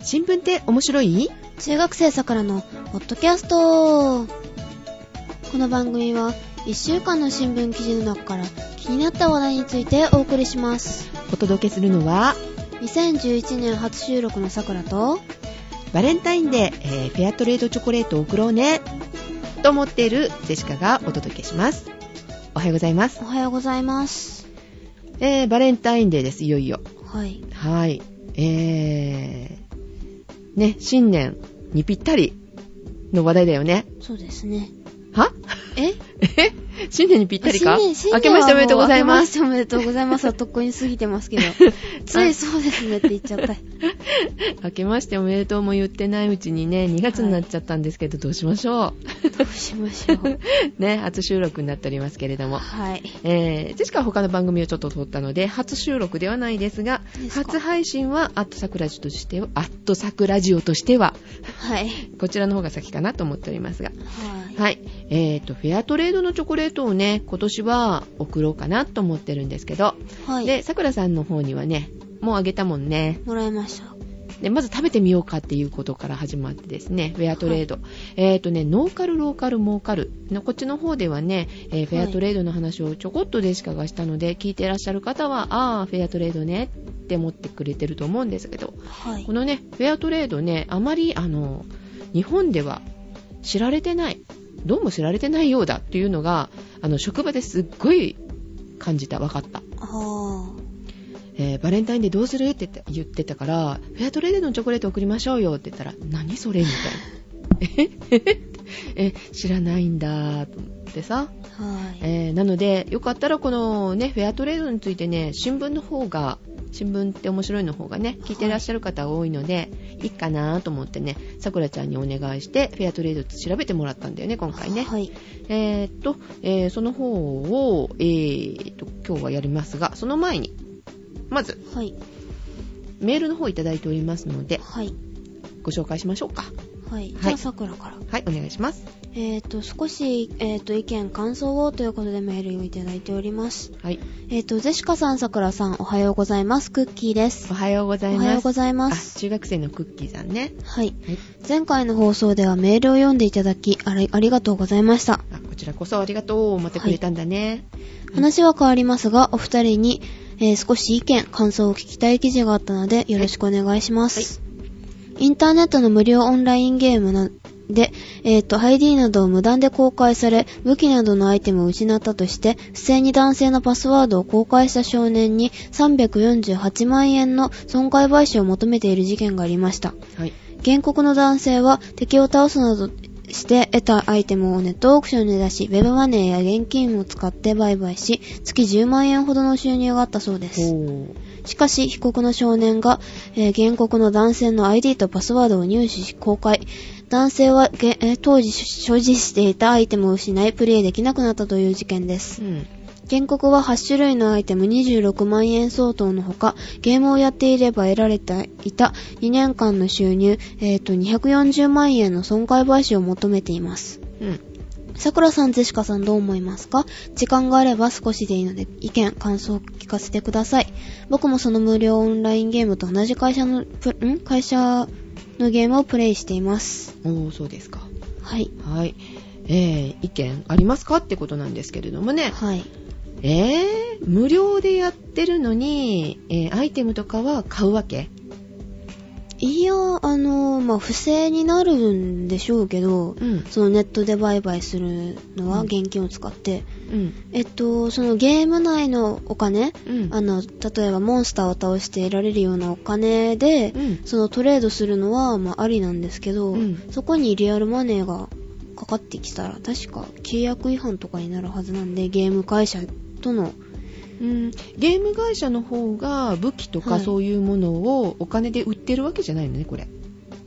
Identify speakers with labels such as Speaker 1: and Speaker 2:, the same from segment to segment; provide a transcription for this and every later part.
Speaker 1: 新聞って面白い
Speaker 2: 中学生さからのポッドキャストこの番組は1週間の新聞記事の中から気になった話題についてお送りします
Speaker 1: お届けするのは
Speaker 2: 2011年初収録のさくらと
Speaker 1: バレンタインデー、えーフェアトレードチョコレートを送ろうねと思っているジェシカがお届けしますおはようございます、
Speaker 2: おはようございます
Speaker 1: えー、バレンタインデーですいよいよ
Speaker 2: はい
Speaker 1: はいえー、ね新年にぴったりの話題だよね
Speaker 2: そうですね
Speaker 1: は
Speaker 2: え
Speaker 1: え新年にぴったりか
Speaker 2: 新年新年は
Speaker 1: 明けましておめでとうございます
Speaker 2: もう明けましておめでとうございますはとっくに過ぎてま すけど ついそうですねって言っちゃった
Speaker 1: 明けましておめでとうも言ってないうちにね2月になっちゃったんですけど、どうしましょ
Speaker 2: どうしまし ょう
Speaker 1: うね初収録になっておりますけれども
Speaker 2: はい
Speaker 1: えー、ジェシカは他の番組をちょっと撮ったので初収録ではないですが
Speaker 2: ですか
Speaker 1: 初配信は「アットサクラジオ」としては「アットサクラジオ」としては
Speaker 2: はい
Speaker 1: こちらの方が先かなと思っておりますが
Speaker 2: はい
Speaker 1: はいえー、とフェアトレードのチョコレートをね今年は送ろうかなと思ってるんですけど、
Speaker 2: はい
Speaker 1: でさくらさんの方にはねもうあげたもんね
Speaker 2: もらいました
Speaker 1: でまず食べてみようかっていうことから始まってですねフェアトレード、えっ、とねノーカルローカル儲かるのこっちの方ではね、えーフェアトレードの話をちょこっとでしかがしたので聞いてらっしゃる方はああフェアトレードねって思ってくれてると思うんですけど
Speaker 2: はい
Speaker 1: このねフェアトレードねあまりあの日本では知られてないどうも知られてないようだっていうのがあの職場ですっごい感じた分かった
Speaker 2: あ
Speaker 1: えーバレンタインデーどうするって言って言ってたから、フェアトレードのチョコレート送りましょうよって言ったら、何それみたいな。えへへ え、知らないんだと思ってさ。
Speaker 2: あはい
Speaker 1: えーなので、よかったらこのね、フェアトレードについてね、新聞の方が、新聞って面白いの方がね、聞いてらっしゃる方が多いので、い、いかなと思ってね、さくらちゃんにお願いして、フェアトレードって調べてもらったんだよね、今回ね。
Speaker 2: はい
Speaker 1: えーっと、えーその方を、えーっと、今日はやりますが、その前に、まず、
Speaker 2: はい
Speaker 1: メールの方いただいておりますので、
Speaker 2: はい
Speaker 1: ご紹介しましょうか。
Speaker 2: はい
Speaker 1: はい
Speaker 2: じゃあさくらから
Speaker 1: はい、お願いします。
Speaker 2: えっ、と少し、えっと意見感想をということでメールをいただいております
Speaker 1: はい、
Speaker 2: えっ、とゼシカさんさくらさんおはようございますクッキーです
Speaker 1: おはようございます。
Speaker 2: おはようございま
Speaker 1: あ、
Speaker 2: す
Speaker 1: 中学生のクッキーさんね。
Speaker 2: はい
Speaker 1: はい。
Speaker 2: 前回の放送ではメールを読んでいただきありありがとうございました
Speaker 1: あ、こちらこそありがとう。待ってくれたんだね。
Speaker 2: 話は変わりますがお二人に、えー少し意見感想を聞きたい記事があったのでよろしくお願いします、インターネットの無料オンラインゲームなで、えっ、と、ID などを無断で公開され、武器などのアイテムを失ったとして、不正に男性のパスワードを公開した少年に348万円の損害賠償を求めている事件がありました。
Speaker 1: はい。
Speaker 2: 原告の男性は敵を倒すなどして得たアイテムをネットオークションに出し、ウェブマネーや現金を使って売買し、月10万円ほどの収入があったそうです。
Speaker 1: おー
Speaker 2: しかし、被告の少年が、えー原告の男性の ID とパスワードを入手し公開。男性は、げえー当時所持していたアイテムを失い、プレイできなくなったという事件です
Speaker 1: う。ん。
Speaker 2: 原告は8種類のアイテム26万円相当のほか、ゲームをやっていれば得られていた2年間の収入、えっ、と、240万円の損害賠償を求めています。
Speaker 1: うん。
Speaker 2: さくらさん、ゼシカさんどう思いますか時間があれば少しでいいので意見、感想を聞かせてください。僕もその無料オンラインゲームと同じ会社の、プん会社のゲームをプレイしています。
Speaker 1: おーそうですか。
Speaker 2: はい。
Speaker 1: はい。えー、意見ありますかってことなんですけれどもね。
Speaker 2: はい。
Speaker 1: えー、無料でやってるのに、えー、アイテムとかは買うわけ
Speaker 2: いや、あの、まあ、不正になるんでしょうけど、
Speaker 1: うん。
Speaker 2: そのネットで売買するの
Speaker 1: う
Speaker 2: は
Speaker 1: ん
Speaker 2: 現金を使って、
Speaker 1: うん。
Speaker 2: えっと、そのゲーム内のお金、
Speaker 1: うん。
Speaker 2: あの、例えばモンスターを倒して得られるようなお金で
Speaker 1: う、ん。
Speaker 2: そのトレードするのは、まあ、ありなんですけど、
Speaker 1: うん
Speaker 2: そこにリアルマネーがかかってきたら、確か契約違反とかになるはずなんで、ゲーム会社との、
Speaker 1: うん、ゲーム会社の方が武器と
Speaker 2: は
Speaker 1: か
Speaker 2: い
Speaker 1: そういうものをお金で売ってるわけじゃないのねこれ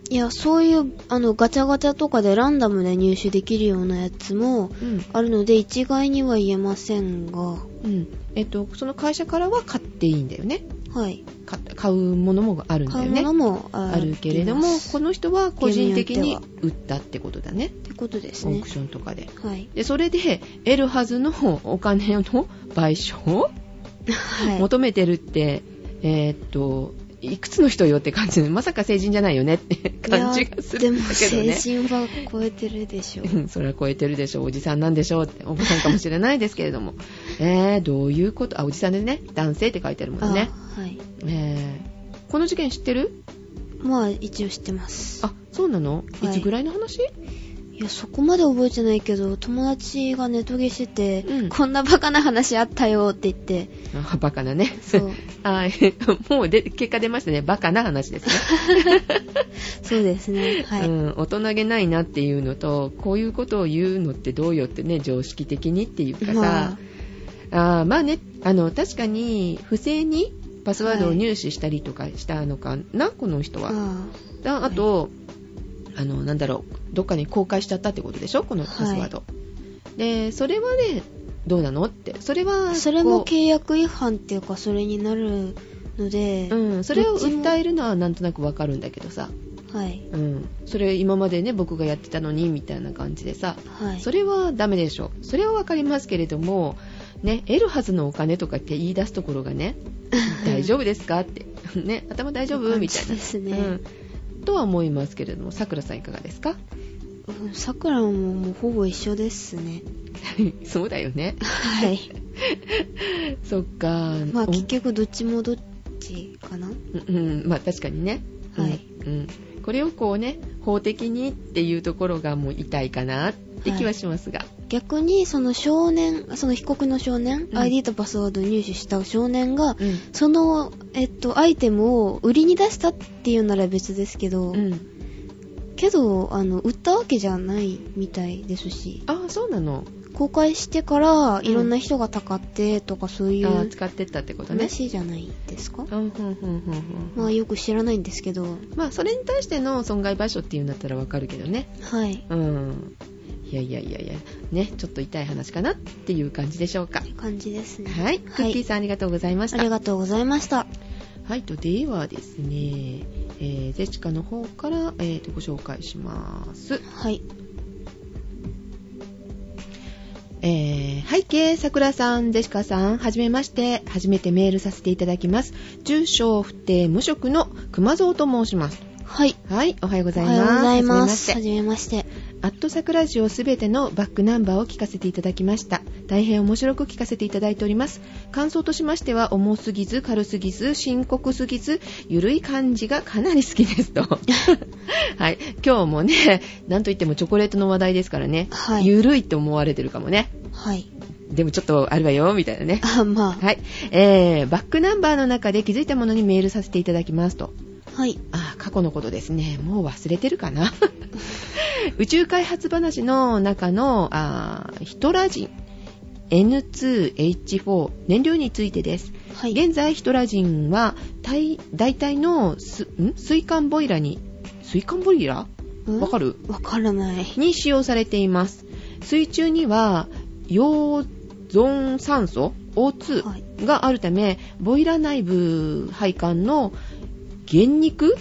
Speaker 2: いや、そういう、あの、ガチャガチャとかでランダムで入手できるようなやつも
Speaker 1: うん、
Speaker 2: あるので、一概には言えませんが、
Speaker 1: うん、えっとその会社からは買っていいんだよね
Speaker 2: はい。
Speaker 1: 買買うものもあるんだ
Speaker 2: 買
Speaker 1: よ
Speaker 2: うも
Speaker 1: ね
Speaker 2: のも
Speaker 1: あるけれども
Speaker 2: ります
Speaker 1: この人は個人的
Speaker 2: ゲームに
Speaker 1: に
Speaker 2: よっ
Speaker 1: 売ったってことだね
Speaker 2: ってことです
Speaker 1: オー
Speaker 2: ね
Speaker 1: ク。ションとかで
Speaker 2: はい。
Speaker 1: でそれで得るはずのお金の賠償を
Speaker 2: はい。
Speaker 1: 求めてるって、えーっといくつの人よって感じで、まさか成人じゃないよねって感じがするんだけど
Speaker 2: いやでも
Speaker 1: ね。
Speaker 2: 成人は超えてるでしょ う。
Speaker 1: うんそれは超えてるでしょおじさんなんでしょうって、おばさんかもしれないですけれども。 えー、どういうことあ、おじさんでね、男性って書いてあるもんね。
Speaker 2: あはい。
Speaker 1: えー、この事件知ってる
Speaker 2: まあ、一応知ってます。
Speaker 1: あ、そうなの、
Speaker 2: はい
Speaker 1: い、つぐらいの話
Speaker 2: いや、そこまで覚えてないけど、友達がネトゲしてて、
Speaker 1: うん
Speaker 2: こんなバカな話あったよって言って、
Speaker 1: あバカなね。
Speaker 2: そう、
Speaker 1: はい。もうで結果出ましたね。バカな話ですね。
Speaker 2: そうですね。 はい。
Speaker 1: うん。大人げないなっていうのと、こういうことを言うのってどうよってね、常識的にっていうかさ。
Speaker 2: まあ、
Speaker 1: あーまあね、あの、確かに、不正にパスワードを入手したりとかしたのかな、この人は。
Speaker 2: あ
Speaker 1: ああと、あの、なんだろう、どっかに公開しちゃったってことでしょこのパスワード。で、それはね、どうなのって。それ
Speaker 2: あ
Speaker 1: は、
Speaker 2: それも
Speaker 1: こ
Speaker 2: 契約違反っていうか、それになるので、
Speaker 1: う、うん、それを
Speaker 2: どっちも
Speaker 1: 訴えるのはなんとなくわかるんだけどさ。
Speaker 2: はい。
Speaker 1: うん。それ今までね、僕がやってたのに、みたいな感じでさ。
Speaker 2: はい。
Speaker 1: それはダメでしょ。それはわかりますけれども、ね、得るはずのお金とかって言い出すところが ね、大丈夫ですかって。 ね、頭大丈夫みたい
Speaker 2: 感
Speaker 1: な
Speaker 2: じ。ですね。
Speaker 1: うん。とは思いますけれども、さくらさんいかがですか
Speaker 2: うんさくらももうほぼ一緒ですね。
Speaker 1: そうだよね。
Speaker 2: はい。
Speaker 1: そっか。
Speaker 2: まあ
Speaker 1: お
Speaker 2: 結局どっちもどっちかな。
Speaker 1: うん、うんまあ確かにね。うん
Speaker 2: はい
Speaker 1: うん。これをこうね、法的にっていうところがもう痛いかなって気はしますが。
Speaker 2: 逆にその少年、その被告の少年、
Speaker 1: うん
Speaker 2: ID とパスワードを入手した少年が、
Speaker 1: うん。
Speaker 2: その、えっと、アイテムを売りに出したっていうなら別ですけ
Speaker 1: う
Speaker 2: ど、
Speaker 1: ん。
Speaker 2: けど、あの、売ったわけじゃないみたいですし、
Speaker 1: ああ、そうなの。
Speaker 2: 公開してから
Speaker 1: ん
Speaker 2: いろんな人がたかってとかそうい
Speaker 1: ああ、
Speaker 2: う
Speaker 1: 使ってったってことね。
Speaker 2: 話じゃないですか、
Speaker 1: うん、うん、うん、うんうん。
Speaker 2: まあよく知らないんですけど、
Speaker 1: まあ、それに対しての損害賠償っていうんだったらわかるけどね。
Speaker 2: はい。
Speaker 1: うん。いやいやいやいや、ね、ちょっと痛い話かなっていう感じでしょうか。
Speaker 2: 感じですね。
Speaker 1: はい。クッキーさんありがとうございまし
Speaker 2: あ
Speaker 1: た
Speaker 2: り。がとうございました。
Speaker 1: はい、と、ではですね、えー、ゼチカの方から、えー、と、ご紹介します。
Speaker 2: はい。
Speaker 1: えー、背景、桜さん、ジェシカさん、はじめまして、初めてメールさせていただきます。住所不定無職の熊蔵と申します。
Speaker 2: はい。
Speaker 1: はい、おはようご
Speaker 2: お
Speaker 1: ざい
Speaker 2: は
Speaker 1: ます。
Speaker 2: ようございます。
Speaker 1: は
Speaker 2: は
Speaker 1: じめまして。
Speaker 2: じめまして。
Speaker 1: アット桜ジオすべてのバックナンバーを聞かせていただきました。大変面白く聞かせていただいております。感想としましては、重すぎず、軽すぎず、深刻すぎず、ゆるい感じがかなり好きです と。はい、今日もね、なんといってもチョコレートの話題ですからね、
Speaker 2: はい
Speaker 1: ゆるいと思われてるかもね。
Speaker 2: はい。
Speaker 1: でもちょっとあるわよ、みたいなね。
Speaker 2: あ、ま
Speaker 1: はい。えー、バックナンバーの中で気づいたものにメールさせていただきますと。
Speaker 2: あ。はい。
Speaker 1: あー過去のことですね。もう忘れてるかな。 宇宙開発話の中の、あーヒトラー人。N2H4 燃料についてです。
Speaker 2: はい。
Speaker 1: 現在ヒトラー人は大大体のすん水管ボイラーに水管ボイラー
Speaker 2: ん
Speaker 1: わかる
Speaker 2: わからない。
Speaker 1: に使用されています水中には溶存酸素 O2
Speaker 2: はい。
Speaker 1: があるためボイラ内部配管の原肉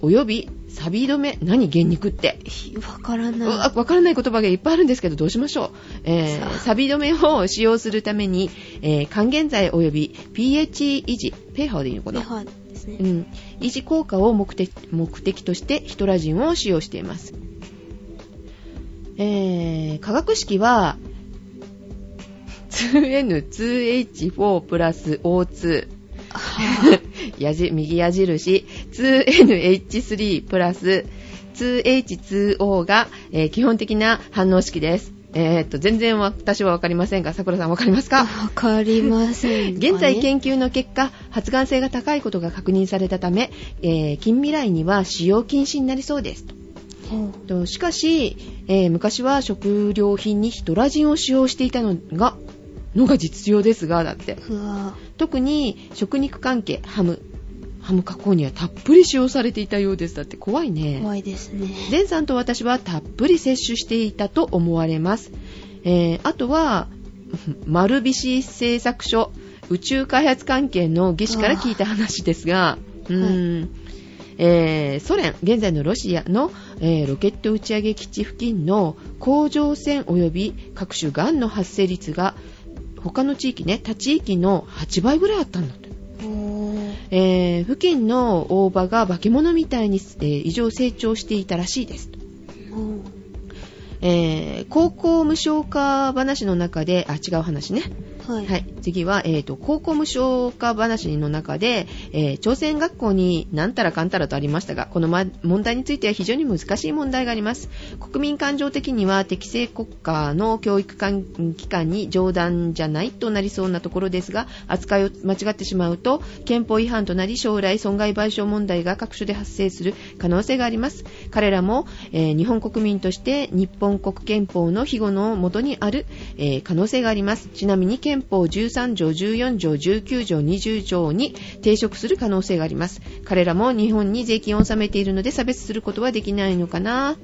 Speaker 1: および錆止め何原肉って
Speaker 2: ひわから
Speaker 1: う
Speaker 2: な
Speaker 1: わ
Speaker 2: い。
Speaker 1: わからない言葉がいっぱいあるんですけどどうしましょう、え
Speaker 2: さ
Speaker 1: ー
Speaker 2: あ
Speaker 1: 錆止めを使用するために、えー還元剤および pH 維持ペーハーでいいのか
Speaker 2: で
Speaker 1: な
Speaker 2: はです
Speaker 1: う
Speaker 2: ね。
Speaker 1: ん、維持効果を目的目的としてヒトラジンを使用しています、えー、化学式は 2N2H4 プラス O2
Speaker 2: は
Speaker 1: やじ右 矢印 2NH3 プラス 2H2O が、えー基本的な反応式です、えーっと全然私は分かりませんが桜さん分かります
Speaker 2: あ
Speaker 1: か
Speaker 2: わかりませんかね。
Speaker 1: 現在研究の結果、発がん性が高いことが確認されたため、えー近未来には使用禁止になりそうです。
Speaker 2: ほう
Speaker 1: としかし、えー昔は食料品にヒトラジンを使用していたのが、のが実用ですが、だって。
Speaker 2: うわ
Speaker 1: 特に食肉関係、ハム、ハム加工にはたっぷり使用されていたようです。だって怖いね。
Speaker 2: 怖いですね。
Speaker 1: 前さんと私はたっぷり摂取していたと思われます。えー、あとは、 丸菱製作所宇宙開発関係の技師から聞いた話ですが、うーんえーソ連、現在のロシアの、えーロケット打ち上げ基地付近の甲状腺及び各種がんの発生率が他の地域ね、他地域の8倍ぐらいあったんだって。
Speaker 2: おー
Speaker 1: えー付近の大葉が化け物みたいに、えー異常成長していたらしいですと。
Speaker 2: お
Speaker 1: えー高校無償化話の中で、あ、違う話ね。
Speaker 2: ーはい。
Speaker 1: はい、次は、えー、と高校無償化話の中で、えー朝鮮学校になんたらかんたらとありましたがこの、ま、問題については非常に難しい問題があります国民感情的には適正国家の教育関機関に冗談じゃないとなりそうなところですが扱いを間違ってしまうと憲法違反となり将来損害賠償問題が各所で発生する可能性があります彼らも、えー日本国民として日本国憲法の庇護のもとにある、えー可能性がありますちなみに憲法13条14条19条20条に抵触する可能性があります彼らも日本に税金を納めているので差別することはできないのかな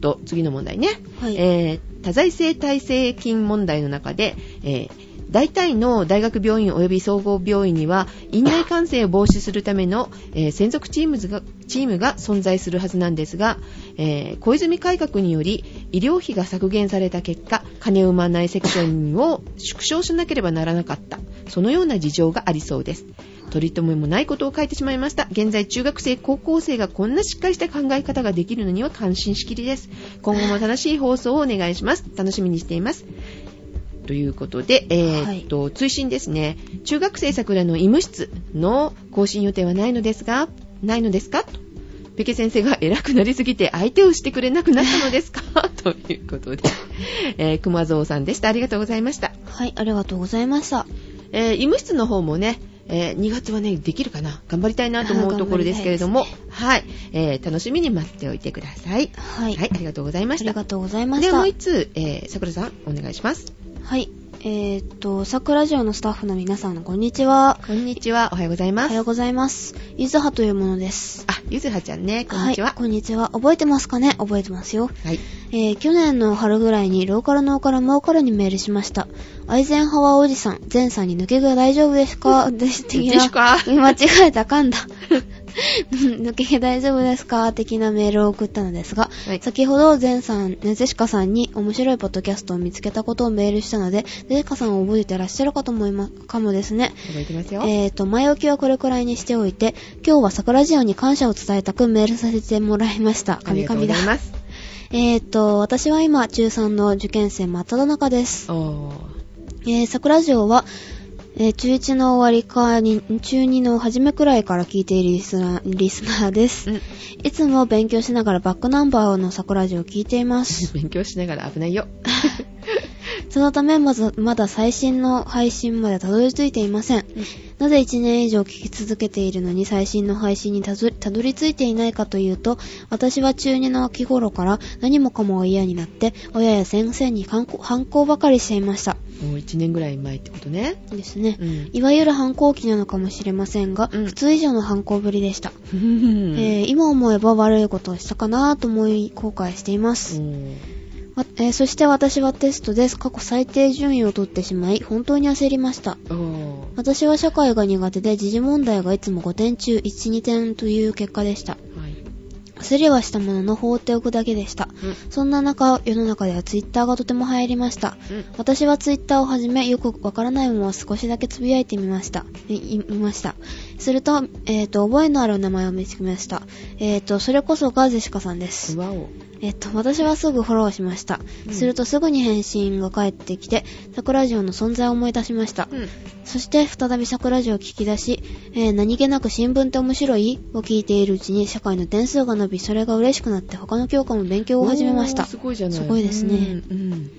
Speaker 1: と次の問題ね、
Speaker 2: はい。
Speaker 1: えー多財政耐性金問題の中で、えー大体の大学病院及び総合病院には院内感染を防止するための、えー専属チームがチームが存在するはずなんですが、えー小泉改革により医療費が削減された結果金を生まないセクションを縮小しなければならなかったそのような事情がありそうです取り留めもないことを書いてしまいました現在中学生高校生がこんなしっかりした考え方ができるのには感心しきりです今後も楽しい放送をお願いします楽しみにしていますということで、えーっと、追伸ですね。中学生桜の医務室の更新予定はないのですが、ないのですかと。ペケ先生が偉くなりすぎて相手をしてくれなくなったのですか ということで、えー、熊蔵さんでした。ありがとうございました。
Speaker 2: はい、ありがとうございました。
Speaker 1: えー医務室の方もね、えー2月はね、できるかな頑張りたいなと思うところですけれども、はい、えー楽しみに待っておいてください。
Speaker 2: は。
Speaker 1: はいい、ありがとうございま
Speaker 2: あ
Speaker 1: し
Speaker 2: り
Speaker 1: た。
Speaker 2: がとうございまし
Speaker 1: で
Speaker 2: た
Speaker 1: はもう。一通、えー、桜さん、お願いします。
Speaker 2: はい。えーっと、桜城のスタッフの皆さん、こんにちは。
Speaker 1: こんにちは、おはようござい
Speaker 2: お
Speaker 1: ま
Speaker 2: は
Speaker 1: す。
Speaker 2: よう
Speaker 1: あ、
Speaker 2: ございます。ゆずはというものです。
Speaker 1: ゆずはちゃんね、こんにちは。
Speaker 2: い、こんにちは。覚えてますかね覚えてますよ。
Speaker 1: はい。
Speaker 2: えー去年の春ぐらいにローカルノーカルモーカルにメールしました。アイゼンハワーおじさん、前さんに抜け毛大丈夫で すかです的な。
Speaker 1: ですか
Speaker 2: 間違えた、噛んだ。抜け毛大丈夫ですか的なメールを送ったのですが、
Speaker 1: はい
Speaker 2: 先ほど前さん、ねゼシカさんに面白いポッドキャストを見つけたことをメールしたので、ゼシカさんを覚えてらっしゃるかと思いま、かもですね。
Speaker 1: 覚えてますよ。
Speaker 2: えーと、前置きはこれくらいにしておいて、今日は桜ジオに感謝を伝えたくメールさせてもらいました。
Speaker 1: あり
Speaker 2: 神
Speaker 1: がとうご
Speaker 2: 々だ
Speaker 1: ざい。ます。
Speaker 2: えーと、私は今、中3の受験生真っ只中です。
Speaker 1: おー。
Speaker 2: えー、桜城は、えー中1の終わりかに、中2の初めくらいから聞いているリスナーリスナーです。
Speaker 1: うん。
Speaker 2: いつも勉強しながらバックナンバーの桜城を聞いています。
Speaker 1: 勉強しながら危ないよ。
Speaker 2: そのためまず、まだ最新の配信までたどり着いていません。なぜ1年以上聞き続けているのに最新の配信にたどたどり着いていないかというと、私は中2の秋頃から何もかもが嫌になって、親や先生に反抗反抗ばかりしていました。
Speaker 1: もう1年ぐらい前ってことね。
Speaker 2: ですね。
Speaker 1: うん。
Speaker 2: いわゆる反抗期なのかもしれませんが、
Speaker 1: うん
Speaker 2: 普通以上の反抗ぶりでした。
Speaker 1: え
Speaker 2: えー今思えば悪いことをしたかなと思い後悔しています。わえーそして私はテストです。過去最低順位を取ってしまい、本当に焦りました。
Speaker 1: おー。
Speaker 2: 私は社会が苦手で、時事問題がいつも5点中1、2点という結果でした。
Speaker 1: はい。
Speaker 2: 焦りはしたものの放っておくだけでした。
Speaker 1: うん。
Speaker 2: そんな中、世の中ではツイッターがとても流行りました。
Speaker 1: うん。
Speaker 2: 私はツイッターをはじめ、よくわからないものを少しだけつぶやいてみました。いい見ました。すると、えっ、と、覚えのあるお名前を見つけました。えっ、と、それこそがゼシカさんです。
Speaker 1: わお。
Speaker 2: えっ、と、私はすぐフォローしました。
Speaker 1: うん
Speaker 2: するとすぐに返信が返ってきて、桜城の存在を思い出しました。
Speaker 1: うん。
Speaker 2: そして、再び桜城を聞き出し、えー何気なく新聞って面白いを聞いているうちに、社会の点数が伸び、それが嬉しくなって、他の教科も勉強を始めました
Speaker 1: おー。すごいじゃない。
Speaker 2: すごいですね
Speaker 1: うん。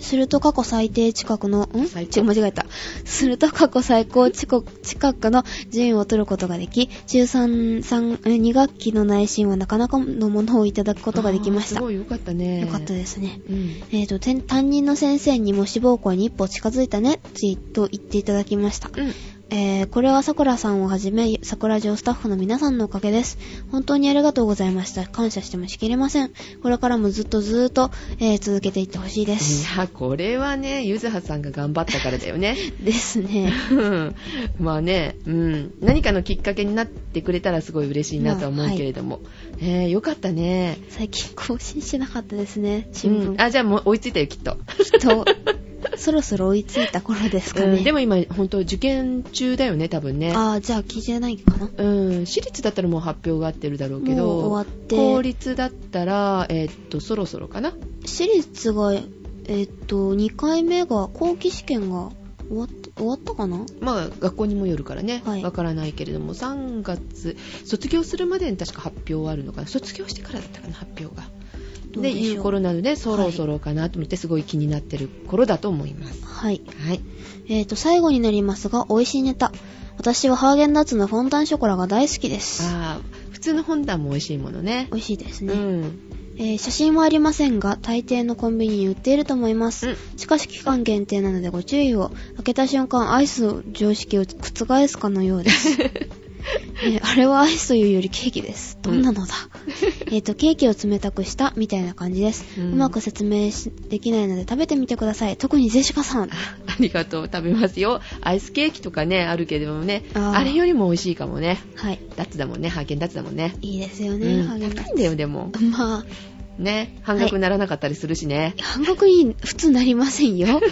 Speaker 2: すると過去最低近くの、ん
Speaker 1: 最高
Speaker 2: ち間違えた。すると過去最高近く近くの順位を取ることができ、中3、3え2学期の内心はなかなかのものをいただくことができまし
Speaker 1: あーす
Speaker 2: た。
Speaker 1: ごいよかったね。
Speaker 2: よかったですね。
Speaker 1: うん。
Speaker 2: えっ、と、てん担任の先生にも志望校に一歩近づいたね、ツイート言っていただきました。
Speaker 1: うん。
Speaker 2: えー、これは桜さんをはじめ、桜城スタッフの皆さんのおかげです。本当にありがとうございました。感謝してもしきれません。これからもずっとずーっと、えー続けていってほしいで
Speaker 1: い
Speaker 2: す。
Speaker 1: や、これはね、ゆずはさんが頑張ったからだよね。
Speaker 2: ですね。
Speaker 1: うんまあね、うん、何かのきっかけになってくれたらすごい嬉しいなとは思うけれども、えーよかったね、
Speaker 2: 最近更新しなかったですね、
Speaker 1: う
Speaker 2: 新聞。
Speaker 1: ん、あじゃあもう追いついたよきっと
Speaker 2: きっと、そろそろ追いついた頃ですかね。
Speaker 1: うんでも今、本当受験中だよね、多分ね。
Speaker 2: ああ、じゃあ聞いてないかな。
Speaker 1: うん、私立だったらもう発表があってるだろうけど、
Speaker 2: もう終わって
Speaker 1: 公立だったら、えーっと、そろそろかな。
Speaker 2: 私立が、えーっと、2回目が、後期試験が終わった、終わったかな
Speaker 1: まあ、学校にもよるからね、わ、
Speaker 2: はい
Speaker 1: からないけれども、3月、卒業するまでに確か発表はあるのかな。卒業してからだったかな、発表が。
Speaker 2: どう
Speaker 1: で
Speaker 2: でしょう
Speaker 1: いう頃なので、そろそろかなと思って、すごい気になってる頃だと思います。
Speaker 2: はい。
Speaker 1: はい。
Speaker 2: えーっと、最後になりますが、美味しいネタ。私はハーゲンダッツのフォンタンショコラが大好きです。
Speaker 1: あー普通の本段も美味しいものね。
Speaker 2: 美味しいです
Speaker 1: う
Speaker 2: ね。
Speaker 1: ん。
Speaker 2: えー写真はありませんが、大抵のコンビニに売っていると思います。
Speaker 1: うん
Speaker 2: しかし期間限定なのでご注意を。開けた瞬間、アイスの常識を覆すかのよ うです。えーあれはアイスというよりケーキです。どんなのだ、 えっと、ケーキを冷たくしたみたいな感じです。
Speaker 1: う
Speaker 2: うんまく説明しできないので食べてみてください。特にジェシカさ
Speaker 1: あ
Speaker 2: ん。
Speaker 1: りがとう。食べますよ。アイスケーキとかね、あるけれどもね、
Speaker 2: あ
Speaker 1: あ
Speaker 2: ー
Speaker 1: れよりも美味しいかもね。
Speaker 2: はい。
Speaker 1: ダッツだもんね、ハーゲンダッツだもんね。
Speaker 2: いいですよ
Speaker 1: う
Speaker 2: ね。
Speaker 1: ん、高いんだよ、でも。
Speaker 2: ね。まあ、
Speaker 1: ね、半額にならなかったりするし ね。
Speaker 2: 半額に普通なりませんよ。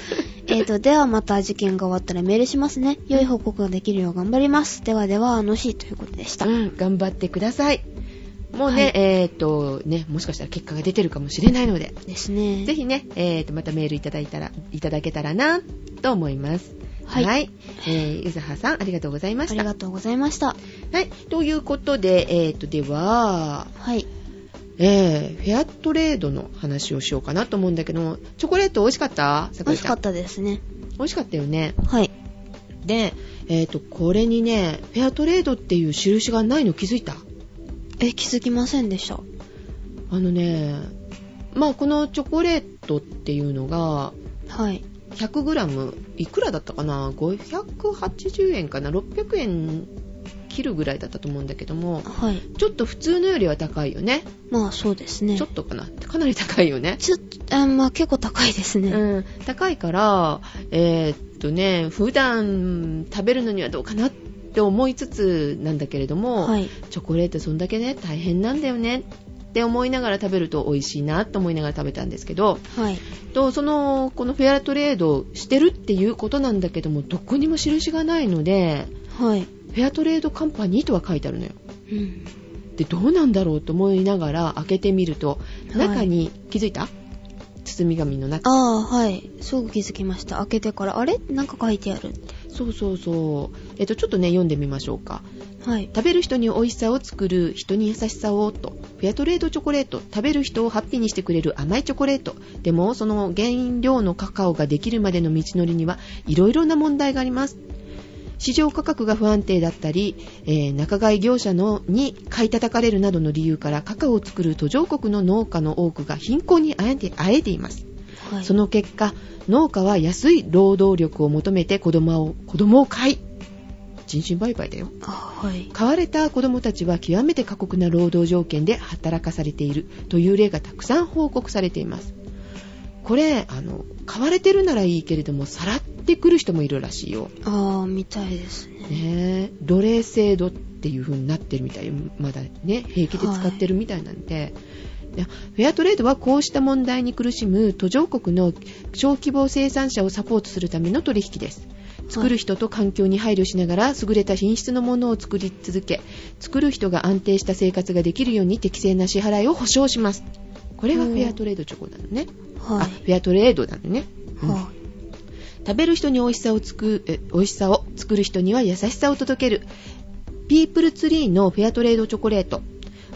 Speaker 2: えっと、ではまた受験が終わったらメールしますね。良い報告ができるよう頑張ります。ではでは、あのしということでした。
Speaker 1: うん、頑張ってください。もうね、
Speaker 2: はい
Speaker 1: えーっと、ね、もしかしたら結果が出てるかもしれないので、
Speaker 2: ですね。
Speaker 1: ぜひね、えーっと、またメールいただいたら、いただけたらな、と思います。
Speaker 2: はい
Speaker 1: えー、ゆずはさん、ありがとうございま
Speaker 2: あ
Speaker 1: し
Speaker 2: り
Speaker 1: た。
Speaker 2: がとうございました。
Speaker 1: はい、ということで、えーっと、では、
Speaker 2: はい。
Speaker 1: えー、フェアトレードの話をしようかなと思うんだけども、チョコレート美味しかった。
Speaker 2: 美味しかったたですね。
Speaker 1: 美味しかったよね。
Speaker 2: はい。
Speaker 1: で、えっ、と、これにね、フェアトレードっていう印がないの気づいた
Speaker 2: え、気づきませんでした。
Speaker 1: あのね、まあこのチョコレートっていうのが、
Speaker 2: はい。
Speaker 1: 100g いくらだったかな ?580 円かな ?600 円切るぐらいだったと思うんだけども、
Speaker 2: はい。
Speaker 1: ちょっと普通のよりは高いよね。
Speaker 2: まあ、そうですね。
Speaker 1: ちょっとかなかなり高いよね。
Speaker 2: ちょっと、あまあ、結構高いですね。
Speaker 1: うん、高いから、えーっとね、普段食べるのにはどうかなって思いつつなんだけれども、
Speaker 2: はい。
Speaker 1: チョコレートそんだけね、大変なんだよねって思いながら食べると美味しいなと思いながら食べたんですけど、
Speaker 2: はい。
Speaker 1: とその、このフェアトレードしてるっていうことなんだけども、どこにも印がないので、
Speaker 2: はい。
Speaker 1: フェアトレードカンパニーとは書いてあるのよ。
Speaker 2: うん。
Speaker 1: で、どうなんだろうと思いながら開けてみると、
Speaker 2: はい
Speaker 1: 中に、気づいた包み紙の中
Speaker 2: ああ、はい。すぐ気づきました。開けてから、あれなんか書いてあるって。
Speaker 1: そうそうそう。えっと、ちょっとね、読んでみましょうか。
Speaker 2: はい。
Speaker 1: 食べる人に美味しさを作る、人に優しさを、と。フェアトレードチョコレート。食べる人をハッピーにしてくれる甘いチョコレート。でも、その原料のカカオができるまでの道のりには、いろいろな問題があります。市場価格が不安定だったり、えー仲買業者のに買い叩かれるなどの理由からカカオを作る途上国の農家の多くが貧困にあえてあえています。
Speaker 2: はい。
Speaker 1: その結果、農家は安い労働力を求めて子供を子供を買い、人身売買だよ。
Speaker 2: ああ、はい。
Speaker 1: 買われた子供たちは極めて過酷な労働条件で働かされているという例がたくさん報告されています。これ、あの、買われてるならいいけれども、さらってくる人もいるらしいよ。
Speaker 2: ああ、みたいですね。
Speaker 1: ねえ、奴隷制度っていう風になってるみたいまだね平気で使ってるみたいなんで、いやフェアトレードはこうした問題に苦しむ途上国の小規模生産者をサポートするための取引です作る人と環境に配慮しながら優れた品質のものを作り続け作る人が安定した生活ができるように適正な支払いを保証しますこれがフェアトレードチョコなのね、あ
Speaker 2: は
Speaker 1: フェアトレードなのね、
Speaker 2: い。は
Speaker 1: 食べる人に美味しさを作え美味しさを作る人には優しさを届けるピープルツリーのフェアトレードチョコレート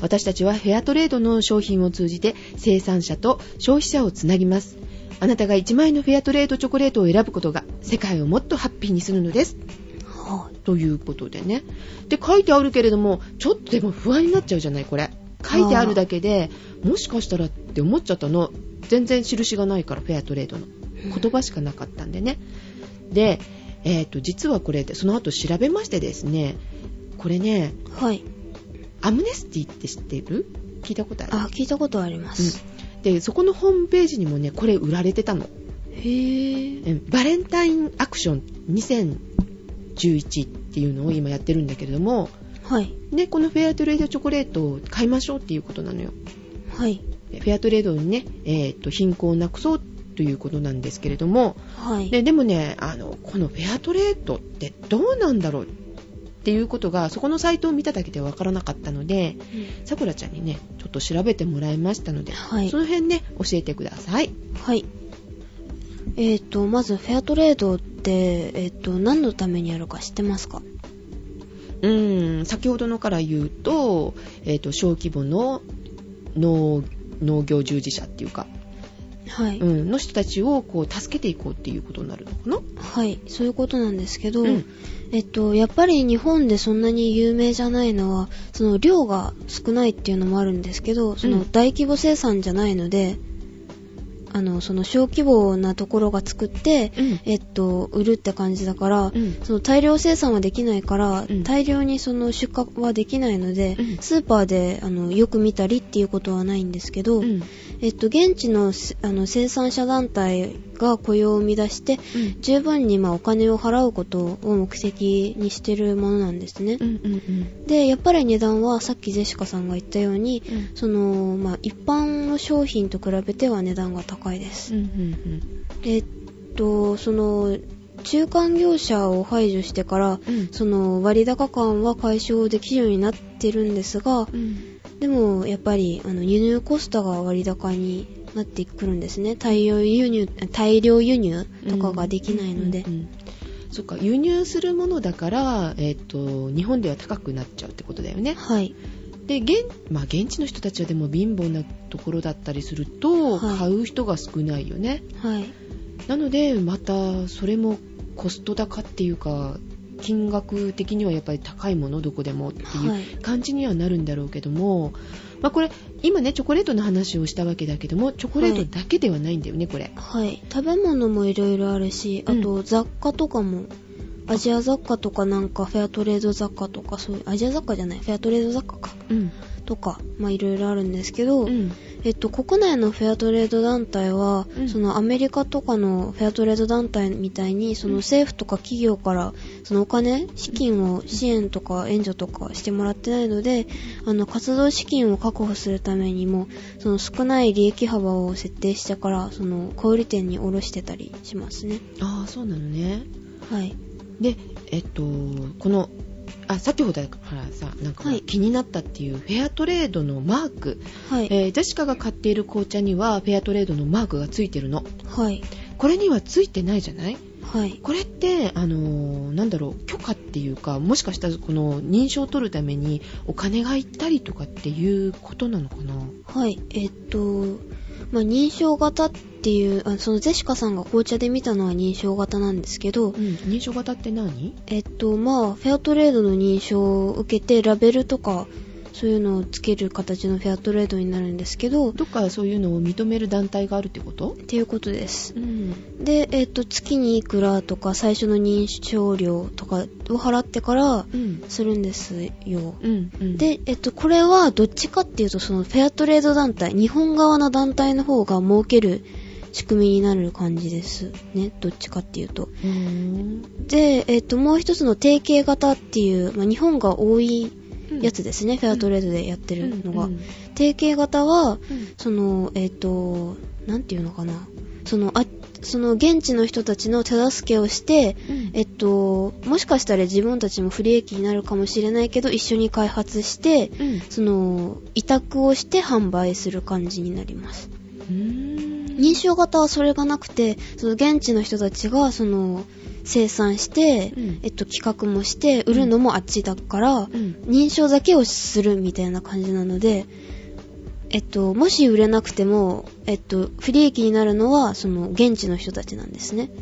Speaker 1: 私たちはフェアトレードの商品を通じて生産者と消費者をつなぎますあなたが1枚のフェアトレードチョコレートを選ぶことが世界をもっとハッピーにするのです
Speaker 2: い。は
Speaker 1: ということでねで書いてあるけれどもちょっとでも不安になっちゃうじゃないこれ書いてあるだけでもしかしたらって思っちゃったの全然印がないからフェアトレードの
Speaker 2: い。
Speaker 1: 言葉しかなかったんでね。で、えっ、と、実はこれ、その後調べましてですね、これね、
Speaker 2: はい。
Speaker 1: アムネスティって知ってる聞いたことある
Speaker 2: あ、聞いたことあります。
Speaker 1: で、そこのホームページにもね、これ売られてたの。
Speaker 2: へぇ
Speaker 1: うんバレンタインアクション2011っていうのを今やってるんだけれども、
Speaker 2: はい。
Speaker 1: ね、このフェアトレードチョコレートを買いましょうっていうことなのよ。
Speaker 2: はい。
Speaker 1: フェアトレードにね、えっ、と、貧困をなくそうとということなんですけれども、
Speaker 2: はい。
Speaker 1: ででもねあのこのフェアトレードってどうなんだろうっていうことがそこのサイトを見ただけでわからなかったので
Speaker 2: うん
Speaker 1: さくらちゃんにねちょっと調べてもらいましたので、
Speaker 2: はい
Speaker 1: そ。の辺ね教えてください
Speaker 2: はい。えっ、と、まず、フェアトレードって、えっ、と、何のためにやるか知ってますか
Speaker 1: うん先ほどのから言うと,、えー、と小規模の農農業従事者っていうか、
Speaker 2: はい。
Speaker 1: うん、の人たちをこう助けていこうっていうことになるのかな
Speaker 2: はい。そういうことなんですけど、
Speaker 1: うん
Speaker 2: えっと、やっぱり日本でそんなに有名じゃないのは、その量が少ないっていうのもあるんですけど、そうの
Speaker 1: ん
Speaker 2: 大規模生産じゃないので、あの、その小規模なところが作って、
Speaker 1: うん
Speaker 2: えっと、売るって感じだから、
Speaker 1: うん
Speaker 2: その大量生産はできないから、
Speaker 1: うん
Speaker 2: 大量にその出荷はできないので、
Speaker 1: うん
Speaker 2: スーパーであのよく見たりっていうことはないんですけど、
Speaker 1: うん
Speaker 2: えっと、現地のすあの生産者団体が雇用を生み出して、
Speaker 1: うん
Speaker 2: 十分にまあお金を払うことを目的にしてるものなんですね
Speaker 1: う。んうんうん
Speaker 2: で、やっぱり値段はさっきジェシカさんが言ったように、
Speaker 1: うん
Speaker 2: その、まあ、一般の商品と比べては値段が高いです
Speaker 1: う。んうん
Speaker 2: えっと、その、中間業者を排除してから、
Speaker 1: うん
Speaker 2: その割高感は解消できるようになってるんですが、
Speaker 1: うん
Speaker 2: でもやっぱりあの輸入コストが割高になってくるんですね。大量輸入、大量輸入とかができないので
Speaker 1: うん。うんそっか輸入するものだから、えっと日本では高くなっちゃうってことだよね
Speaker 2: はい。
Speaker 1: で現,、まあ、現地の人たちはでも貧乏なところだったりすると、
Speaker 2: はい
Speaker 1: 買う人が少ないよね
Speaker 2: はい。
Speaker 1: なのでまたそれもコスト高っていうか金額的にはやっぱり高いものどこでもって
Speaker 2: はいいう
Speaker 1: 感じにはなるんだろうけども、まあこれ今ねチョコレートの話をしたわけだけどもチョコレートだけではないんだよねこれ。
Speaker 2: はい。食べ物もいろいろあるし、あ
Speaker 1: うん
Speaker 2: と雑貨とかも、アジア雑貨とかなんかフェアトレード雑貨とかそういう、アジア雑貨じゃない、フェアトレード雑貨か。
Speaker 1: うん
Speaker 2: とか、まあいろいろあるんですけど、
Speaker 1: うん
Speaker 2: えっと、国内のフェアトレード団体は、
Speaker 1: うん
Speaker 2: そのアメリカとかのフェアトレード団体みたいにその政府とか企業からそのお金資金を支援とか援助とかしてもらってないのであの活動資金を確保するためにもその少ない利益幅を設定してからその小売店に卸してたりしますね
Speaker 1: ああそうなのね。
Speaker 2: はい
Speaker 1: でえっとこのあ先ほどからさなんか
Speaker 2: はい
Speaker 1: 気になったっていうフェアトレードのマーク、
Speaker 2: はい、
Speaker 1: えージェシカが買っている紅茶にはフェアトレードのマークがついてるの
Speaker 2: はい
Speaker 1: これにはついてないじゃない
Speaker 2: はい
Speaker 1: これって、あのーなんだろう許可っていうかもしかしたらこの認証を取るためにお金がいったりとかっていうことなのかな
Speaker 2: はい、えっと、まあ、認証型っていう、あそのゼシカさんが紅茶で見たのは認証型なんですけど、
Speaker 1: 認証型って何
Speaker 2: えっと、まあ、フェアトレードの認証を受けて、ラベルとか、そういうのをつける形のフェアトレードになるんですけど、っ
Speaker 1: どっかそういうのを認める団体があるってこと
Speaker 2: ていうことです。
Speaker 1: ん
Speaker 2: で、えっと、月にいくらとか、最初の認証料とかを払ってから、
Speaker 1: うん
Speaker 2: するんですよ。
Speaker 1: うんうん
Speaker 2: で、えっと、これはどっちかっていうと、そのフェアトレード団体、日本側の団体の方が儲ける仕組みになる感じですね。どっちかっていうと。
Speaker 1: うーん
Speaker 2: で、えっと、もう一つの提携型っていう、まあ、日本が多いやつ
Speaker 1: で
Speaker 2: ですね、フェアトレードでやってるのが。
Speaker 1: うんうん
Speaker 2: 提携型は、
Speaker 1: うん
Speaker 2: その、えっ、と、なんていうのかな。その、あ、その現地の人たちの手助けをして、
Speaker 1: うん
Speaker 2: えっと、もしかしたら自分たちも不利益になるかもしれないけど、一緒に開発して、
Speaker 1: うんう
Speaker 2: その、委託をして販売する感じになります。
Speaker 1: ーん
Speaker 2: 認証型はそれがなくて、その現地の人たちが、その、生産して、
Speaker 1: うん
Speaker 2: えっと、企画もして、売るのもあっちだから、
Speaker 1: うん
Speaker 2: 認証だけをするみたいな感じなので、えっと、もし売れなくても、えっと、不利益になるのは、その、現地の人たちなんですね。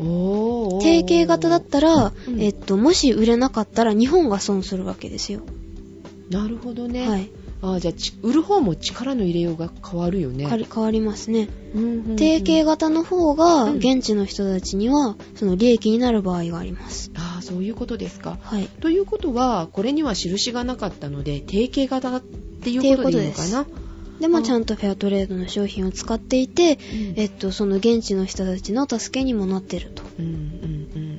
Speaker 1: おー
Speaker 2: 提携型だったら、
Speaker 1: うん
Speaker 2: えっと、もし売れなかったら、日本が損するわけですよ。
Speaker 1: なるほどね、
Speaker 2: はい。
Speaker 1: あーじゃあち売る方も力の入れようが変わるよね
Speaker 2: 変わり変わりますね。
Speaker 1: うんうんうん
Speaker 2: 提携型の方が、
Speaker 1: うん
Speaker 2: 現地の人たちには、その、利益になる場合があります。
Speaker 1: ああそういうことですか
Speaker 2: はい。
Speaker 1: ということはこれには印がなかったので定型型っていうことでいいのかな
Speaker 2: で、まあ、
Speaker 1: あ
Speaker 2: ちゃんとフェアトレードの商品を使っていて、
Speaker 1: うん
Speaker 2: えっと、その、現地の人たちの助けにもなってると。
Speaker 1: うんうんうん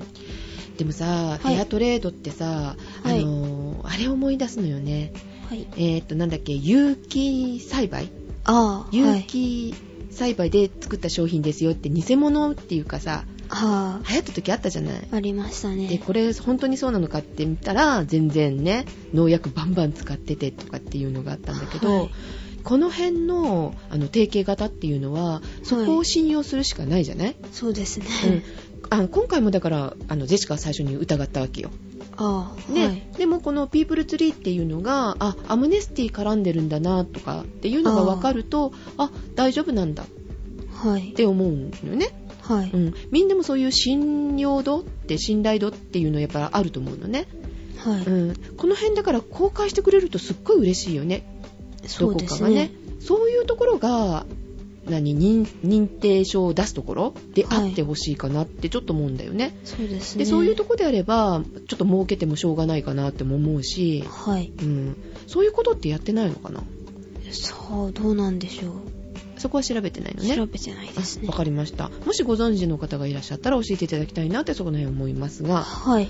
Speaker 1: でもさ、
Speaker 2: い
Speaker 1: フェアトレードってさ、
Speaker 2: はい
Speaker 1: あのーあれ思い出すのよね
Speaker 2: はい。
Speaker 1: えーっとなんだっけ有機栽培
Speaker 2: ああ、は
Speaker 1: 有
Speaker 2: い。
Speaker 1: 機栽培で作った商品ですよって偽物っていうかさ
Speaker 2: は
Speaker 1: 流行った時あったじゃない
Speaker 2: あ、ありました
Speaker 1: で
Speaker 2: ね。
Speaker 1: これ本当にそうなのかって見たら全然ね農薬バンバン使っててとかっていうのがあったんだけど、
Speaker 2: はい
Speaker 1: この辺のあの提携型っていうのはそこ
Speaker 2: は
Speaker 1: を
Speaker 2: い
Speaker 1: 信用するしかないじゃない、
Speaker 2: そうですね。
Speaker 1: うん、あ今回もだからあのジェシカは最初に疑ったわけよ、
Speaker 2: ああ、
Speaker 1: ね
Speaker 2: はい。
Speaker 1: でもこのピープルツリーっていうのがあアムネスティ絡んでるんだなとかっていうのが分かるとあ大丈夫なんだっ
Speaker 2: はい。
Speaker 1: て思うんよね、。
Speaker 2: はいう
Speaker 1: ん、みんなもそういう信用度って信頼度っていうのやっぱあると思うのね、
Speaker 2: はい。
Speaker 1: うん、この辺だから公開してくれるとすっごい嬉しいよね
Speaker 2: そ
Speaker 1: ど
Speaker 2: う
Speaker 1: こ
Speaker 2: で
Speaker 1: か
Speaker 2: す
Speaker 1: が
Speaker 2: ね
Speaker 1: ね。そういうところが何認認定証を出すところであってほしいかなってちょっと思うんだよね、
Speaker 2: そうですね。
Speaker 1: でそういうとこであればちょっと儲けてもしょうがないかなっても思うし、
Speaker 2: はい。
Speaker 1: うん、そういうことってやってないのかな
Speaker 2: さあ、どうなんでしょう。
Speaker 1: そこは調べてないのね
Speaker 2: 調べてないです
Speaker 1: あ
Speaker 2: ね
Speaker 1: わ。かりましたもしご存知の方がいらっしゃったら教えていただきたいなってそこの辺思いますが
Speaker 2: はい。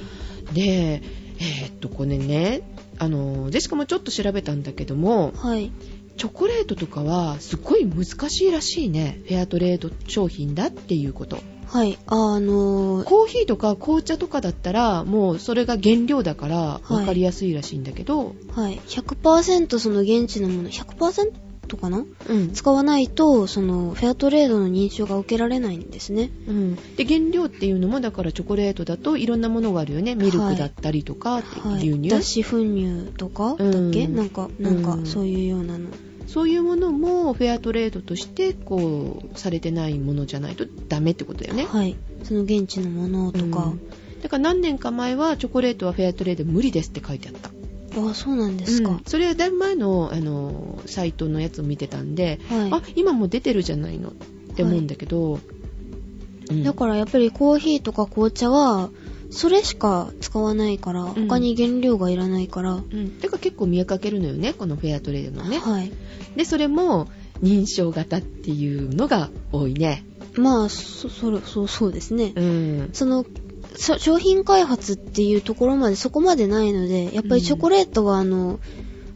Speaker 1: でえーっとこれねあのジェシカもちょっと調べたんだけども
Speaker 2: はい。
Speaker 1: チョコレートとかはすっごい難しいらしいねフェアトレード商品だっていうこと
Speaker 2: はい。あのー、
Speaker 1: コーヒーとか紅茶とかだったらもうそれが原料だから分かりやすいらしいんだけど、
Speaker 2: はい。100%その現地のもの、100%かな
Speaker 1: うん
Speaker 2: 使わないと、その、フェアトレードの認証が受けられないんですね。
Speaker 1: うん、で原料っていうのもだからチョコレートだといろんなものがあるよねミルクだったりとか、
Speaker 2: はい。
Speaker 1: 牛乳
Speaker 2: 脱脂粉乳とかだっけ
Speaker 1: うん
Speaker 2: なんか、なん
Speaker 1: う
Speaker 2: か、
Speaker 1: ん
Speaker 2: そういうようなの。
Speaker 1: そういうものもフェアトレードとしてこうされてないものじゃないとダメってことだよね。
Speaker 2: はい。その現地のものとか。
Speaker 1: うんだから何年か前はチョコレートはフェアトレード無理ですって書いてあった
Speaker 2: あ、そうなんです
Speaker 1: う
Speaker 2: か
Speaker 1: ん。それはだいぶ前のあのサイトのやつを見てたんで、
Speaker 2: は
Speaker 1: あ今もう出てるじゃないのって思うんだけど、うん
Speaker 2: い。だからやっぱりコーヒーとか紅茶は、それしか使わないから、
Speaker 1: ん
Speaker 2: 他に原料がいらないから。
Speaker 1: うんだから結構見えかけるのよねこのフェアトレードのね、
Speaker 2: はい。
Speaker 1: でそれも認証型っていうのが多いね
Speaker 2: まあ、そ、それ、そう、そうですね。
Speaker 1: うん
Speaker 2: その、そ商品開発っていうところまでそこまでないので、やっぱりチョコレートはあの、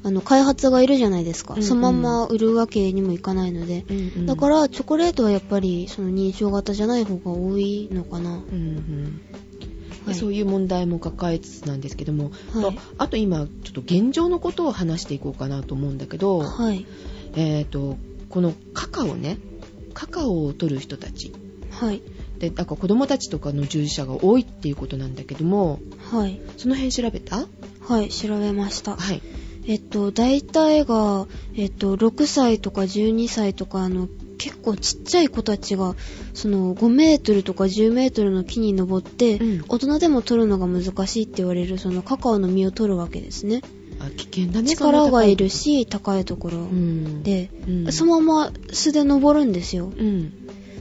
Speaker 2: あの、開発がいるじゃないですか。
Speaker 1: うんうん、
Speaker 2: そのまんま売るわけにもいかないので。だからら、チョコレートはやっぱり、その認証型じゃない方が多いのかな。
Speaker 1: うんうんで
Speaker 2: はい
Speaker 1: そういう問題も抱えつつなんですけども、
Speaker 2: はい
Speaker 1: ああと今ちょっと現状のことを話していこうかなと思うんだけど、
Speaker 2: はい。
Speaker 1: えー、とこのカカオねカカオを取る人たち
Speaker 2: はい。
Speaker 1: でなんか子供たちとかの従事者が多いっていうことなんだけども
Speaker 2: はい。
Speaker 1: その辺調べた
Speaker 2: はい、調べました。
Speaker 1: はい、
Speaker 2: えっと、大体が、えっと、6歳とか12歳とか、あの、結構ちっちゃい子たちが、その、5メートルとか10メートルの木に登って、
Speaker 1: うん
Speaker 2: 大人でも取るのが難しいって言われる、その、カカオの実を取るわけですね。
Speaker 1: あ危険だね
Speaker 2: 力がいる
Speaker 1: そ
Speaker 2: し、高いところ
Speaker 1: んな高いうん
Speaker 2: で、
Speaker 1: うん
Speaker 2: そのまま素で登るんですよ。
Speaker 1: うん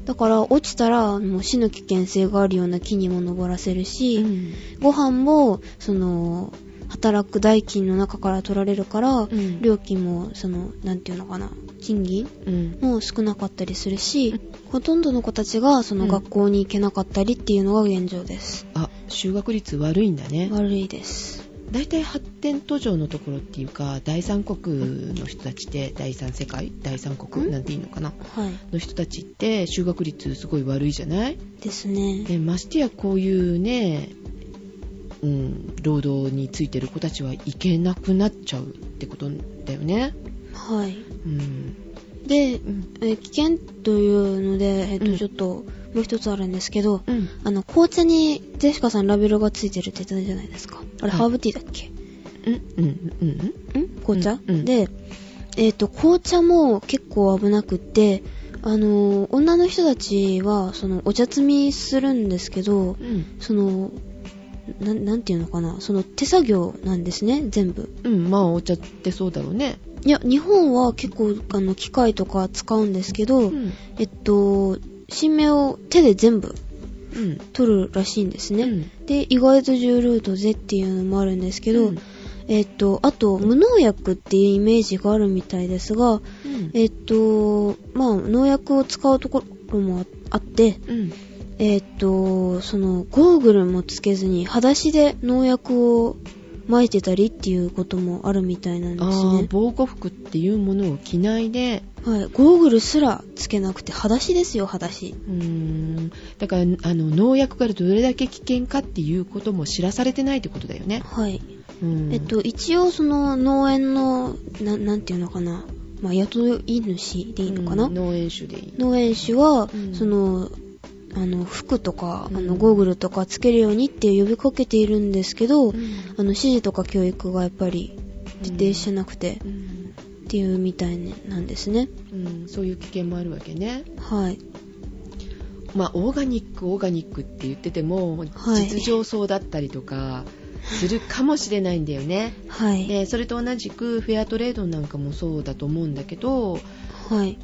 Speaker 2: だから、落ちたら、もう死の危険性があるような木にも登らせるし、
Speaker 1: うん
Speaker 2: ご飯も、その、働く代金の中から取られるから、
Speaker 1: ん
Speaker 2: 料金も、その、なんていうのかな、賃金
Speaker 1: うん
Speaker 2: も少なかったりするし、ほとんどの子たちが、その、
Speaker 1: うん
Speaker 2: 学校に行けなかったりっていうのが現状です。
Speaker 1: あ修学率悪いんだね
Speaker 2: 悪いです。
Speaker 1: 大体発展途上のところっていうか第三国の人たちって第三世界第三
Speaker 2: う
Speaker 1: 国
Speaker 2: ん
Speaker 1: なんていいのかな
Speaker 2: はい。
Speaker 1: の人たちって修学率すごい悪いじゃない
Speaker 2: ですね。
Speaker 1: でましてやこういうね、うん、労働についてる子たちはいけなくなっちゃうってことだよね
Speaker 2: はい。
Speaker 1: うん
Speaker 2: で、
Speaker 1: うん
Speaker 2: えー危険というので、えっ、
Speaker 1: う
Speaker 2: と、
Speaker 1: ん
Speaker 2: ちょっと、もう一つあるんですけど、
Speaker 1: うん
Speaker 2: あの、紅茶にジェシカさんラベルがついてるって言ってたじゃないですか。あれ、
Speaker 1: はい
Speaker 2: ハーブティーだっけ
Speaker 1: うんうんうん
Speaker 2: ん紅茶、
Speaker 1: うんうん
Speaker 2: で、えっ、と、紅茶も結構危なくって、あのー、女の人たちは、その、お茶摘みするんですけど、
Speaker 1: うん
Speaker 2: その、なん、なんていうのかな、その手作業なんですね、全部。
Speaker 1: うんまあお茶ってそうだろうね
Speaker 2: いや、日本は結構、あの、機械とか使うんですけど、
Speaker 1: うん
Speaker 2: えっと、新芽を手で全部
Speaker 1: うん
Speaker 2: 取るらしいんですね。
Speaker 1: うん
Speaker 2: で、意外と重ルートでっていうのもあるんですけど、
Speaker 1: うん
Speaker 2: えっと、あと、無農薬っていうイメージがあるみたいですが、
Speaker 1: うん
Speaker 2: えっと、まあ、農薬を使うところもああって、
Speaker 1: うん
Speaker 2: えっと、その、ゴーグルもつけずに、裸足で農薬を撒いてたりっていうこともあるみたいなんで
Speaker 1: あ
Speaker 2: す
Speaker 1: ー
Speaker 2: ね。
Speaker 1: 防護服っていうものを着ないで
Speaker 2: はい。ゴーグルすらつけなくて、裸足ですよ、裸足。
Speaker 1: うーんだからあの農薬がどれだけ危険かっていうことも知らされてないってことだよね、
Speaker 2: はい。
Speaker 1: うん
Speaker 2: えっと、一応その農園の、ななんていうのかな。まあ、雇い主でいいのかな、
Speaker 1: うん農園種でいい
Speaker 2: 農園主は、
Speaker 1: うん
Speaker 2: その、あの、服とか、あ
Speaker 1: う
Speaker 2: の、
Speaker 1: ん
Speaker 2: ゴーグルとかつけるようにって呼びかけているんですけど、
Speaker 1: うん
Speaker 2: あの、指示とか教育がやっぱり徹底してなくて、
Speaker 1: うん
Speaker 2: っていうみたいなんですね。
Speaker 1: うんそういう危険もあるわけね
Speaker 2: はい。
Speaker 1: まあオーガニックオーガニックって言ってても
Speaker 2: はい
Speaker 1: 実情そうだったりとかするかもしれないんだよね、
Speaker 2: はい。
Speaker 1: でそれと同じくフェアトレードなんかもそうだと思うんだけど
Speaker 2: はい。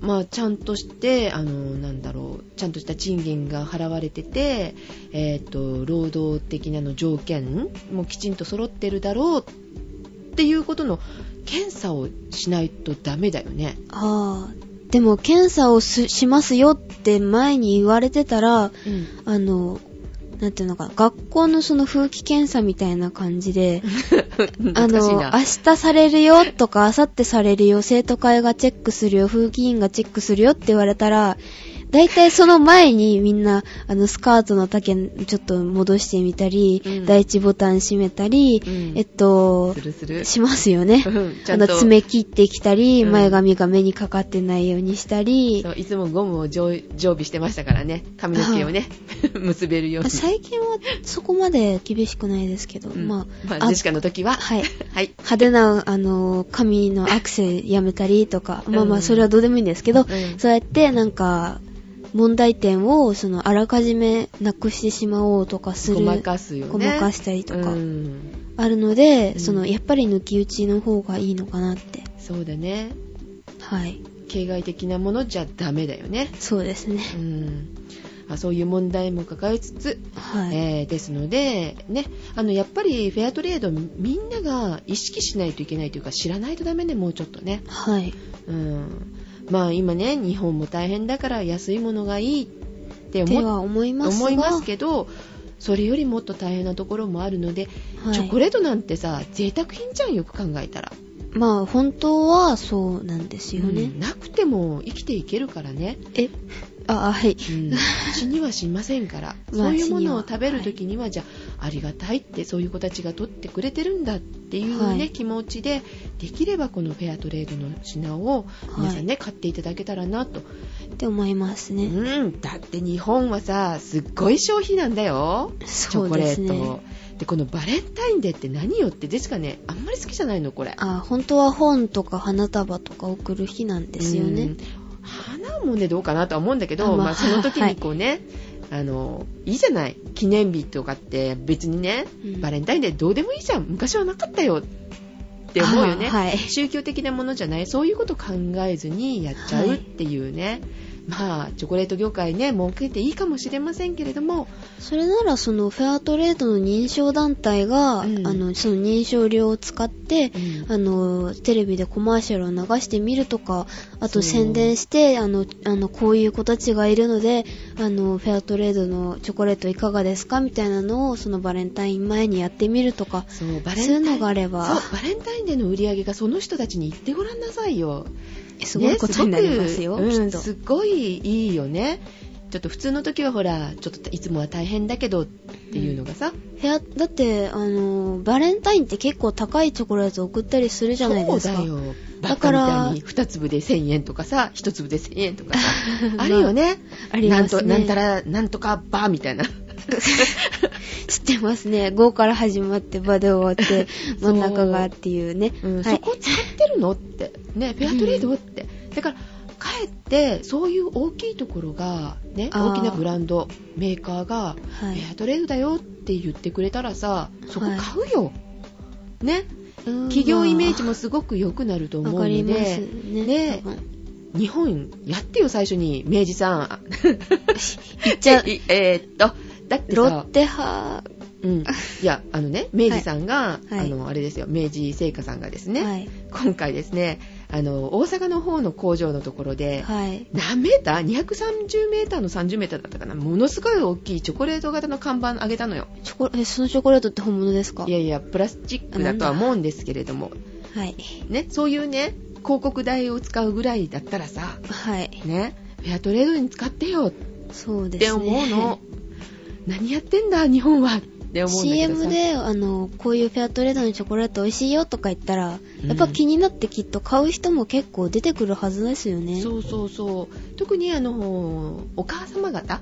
Speaker 1: まあ、ちゃんとしてあのなんだろうちゃんとした賃金が払われてて、えー、と労働的なの条件もきちんと揃ってるだろうっていうことの検査をしないとダメだよね。
Speaker 2: ああ。でも、検査をすしますよって前に言われてたら、あの、なんていうのかな、学校のその風紀検査みたいな感じで、 あ
Speaker 1: 難しい
Speaker 2: の、
Speaker 1: な
Speaker 2: 明日されるよとか、明後日されるよ、生徒会がチェックするよ、風紀委員がチェックするよって言われたら、大体その前にみんな、あの、スカートの丈ちょっと戻してみたり、
Speaker 1: うん
Speaker 2: 第一ボタン閉めたり、
Speaker 1: うん
Speaker 2: えっと
Speaker 1: す、るす る。
Speaker 2: しますよね。
Speaker 1: うんちゃ
Speaker 2: あ
Speaker 1: んと
Speaker 2: の、爪切ってきたり、
Speaker 1: うん
Speaker 2: 前髪が目にかかってないようにしたり
Speaker 1: そ、ういつもゴムを常常備してましたからね髪の毛をね 結べるよう
Speaker 2: まあ
Speaker 1: に。
Speaker 2: 最近はそこまで厳しくないですけど、
Speaker 1: うん
Speaker 2: まあ、
Speaker 1: まあ、ジェシカの時は、
Speaker 2: はい。
Speaker 1: はい
Speaker 2: 派手な、あの、髪のアクセやめたりとか、まあま
Speaker 1: う
Speaker 2: あ、
Speaker 1: ん
Speaker 2: それはどうでもいいんですけ
Speaker 1: う
Speaker 2: ど、
Speaker 1: ん
Speaker 2: そうやって、なんか、問題点を、その、あらかじめなくしてしまおうとかする。
Speaker 1: ごまかすよね。
Speaker 2: ごまかしたりとか
Speaker 1: うん
Speaker 2: あるので、
Speaker 1: うん
Speaker 2: その、やっぱり抜き打ちの方がいいのかなって。
Speaker 1: そうだね
Speaker 2: はい。
Speaker 1: 形骸的なものじゃダメだよね、
Speaker 2: そうですね。
Speaker 1: うん、あそういう問題も抱えつつ、
Speaker 2: はい。
Speaker 1: えーですので、ね、あのやっぱりフェアトレードみんなが意識しないといけないというか知らないとダメねもうちょっとね、
Speaker 2: はい。
Speaker 1: うん、まあ今ね日本も大変だから安いものがいいって
Speaker 2: で
Speaker 1: 思っ
Speaker 2: は思いますが。
Speaker 1: 思いますけどそれよりもっと大変なところもあるので、
Speaker 2: はい、
Speaker 1: チョコレートなんてさ贅沢品じゃんよく考えたら、
Speaker 2: まあ、本当はそうなんですよね。
Speaker 1: うんなくても生きていけるからね
Speaker 2: え、あ、あはい。
Speaker 1: うん死にはしませんから、
Speaker 2: ま
Speaker 1: そ
Speaker 2: あ
Speaker 1: ういうも
Speaker 2: 死には
Speaker 1: のを食べるときには、じゃあありがたいってそういう子たちが取ってくれてるんだっていう、ね
Speaker 2: はい
Speaker 1: 気持ちでできればこのフェアトレードの品を皆さんね、買っていただけたらなと、
Speaker 2: って思いますね。
Speaker 1: うんだって日本はさすっごい消費なんだよチ
Speaker 2: そ
Speaker 1: ョ
Speaker 2: う
Speaker 1: コレ
Speaker 2: で
Speaker 1: ー
Speaker 2: す
Speaker 1: ト
Speaker 2: ね。
Speaker 1: でこのバレンタインデーって何よってですかねあんまり好きじゃないのこれ
Speaker 2: あ本当は本とか花束とか送る日なんですよ
Speaker 1: う
Speaker 2: ね
Speaker 1: ん。花もねどうかなとは思うんだけ
Speaker 2: あ
Speaker 1: ど、
Speaker 2: まあ
Speaker 1: まあ、その時にこうね、あのいいじゃない記念日とかって別にね、
Speaker 2: うん
Speaker 1: バレンタインデーどうでもいいじゃん昔はなかったよって思うよね、
Speaker 2: あはい
Speaker 1: 宗教的なものじゃないそういうこと考えずにやっちゃうっていうね、まあチョコレート業界ね儲けていいかもしれませんけれども、
Speaker 2: それならそのフェアトレードの認証団体が、
Speaker 1: うん
Speaker 2: あのその認証料を使って、あのテレビでコマーシャルを流してみるとかあ
Speaker 1: そ
Speaker 2: と
Speaker 1: う
Speaker 2: 宣伝してあのあのこういう子たちがいるのであのフェアトレードのチョコレートいかがですかみたいなのをそのバレンタイン前にやってみるとか
Speaker 1: そうバレン
Speaker 2: そういう
Speaker 1: タイ
Speaker 2: の
Speaker 1: ン
Speaker 2: があれば
Speaker 1: そうバレンタインデーの売り上げがその人たちに言ってごらんなさいよ
Speaker 2: すごいことになりますよ、
Speaker 1: ねすごく
Speaker 2: きっと
Speaker 1: うん、すごいいいよねちょっと普通の時はほらちょっといつもは大変だけどっていうのがさ、
Speaker 2: 部屋だってあのバレンタインって結構高いチョコレート送ったりするじゃないですか
Speaker 1: そうだよだ
Speaker 2: だか
Speaker 1: からら2粒で1000円とかさ1粒で1000円とか さあるよね、
Speaker 2: ありますね
Speaker 1: なんとなんたらなんとかバーみたいな
Speaker 2: 知ってますね5から始まって場で終わって
Speaker 1: そ
Speaker 2: 真
Speaker 1: うん
Speaker 2: 中がっていうね、
Speaker 1: うん
Speaker 2: はい
Speaker 1: そこ使ってるのって、ね、フェアトレードって、だから、かえってそういう大きいところが、ね、
Speaker 2: あー
Speaker 1: 大きなブランド、メーカーが、
Speaker 2: はい
Speaker 1: フェアトレードだよって言ってくれたらさ、そこ買うよ、ね、
Speaker 2: うん
Speaker 1: 企業イメージもすごく良くなると思
Speaker 2: わ
Speaker 1: う
Speaker 2: か
Speaker 1: の
Speaker 2: ります
Speaker 1: で、
Speaker 2: ね
Speaker 1: ね
Speaker 2: 多分
Speaker 1: 日本やってよ、最初に、明治さ ん。
Speaker 2: じゃあ
Speaker 1: い えーっと、だって
Speaker 2: ロッ
Speaker 1: さ、
Speaker 2: テ派
Speaker 1: うん、いや、あのね、明治さんが、
Speaker 2: はいはい
Speaker 1: あの、あれですよ、明治製菓さんがですね、
Speaker 2: はい
Speaker 1: 今回ですねあの、大阪の方の工場のところで、
Speaker 2: はい。
Speaker 1: 何メーター ?230 メーターの30メーターだったかなものすごい大きいチョコレート型の看板あげたのよ。
Speaker 2: チョコえ、そのチョコレートって本物ですか
Speaker 1: いやいや、プラスチックだとは思うんですけれども、
Speaker 2: はい。
Speaker 1: ね、そういうね、広告代を使うぐらいだったらさ、
Speaker 2: はい。
Speaker 1: ね、フェアトレードに使ってよっ
Speaker 2: そうで
Speaker 1: て
Speaker 2: すね。
Speaker 1: 思うの。何やってんだ、日本はって思うんだけどさ。
Speaker 2: CM で、あの、こういうフェアトレードのチョコレート美味しいよとか言ったら、
Speaker 1: うん
Speaker 2: やっぱ気になってきっと買う人も結構出てくるはずですよね。
Speaker 1: そうそうそう。特にあの、お母様方っ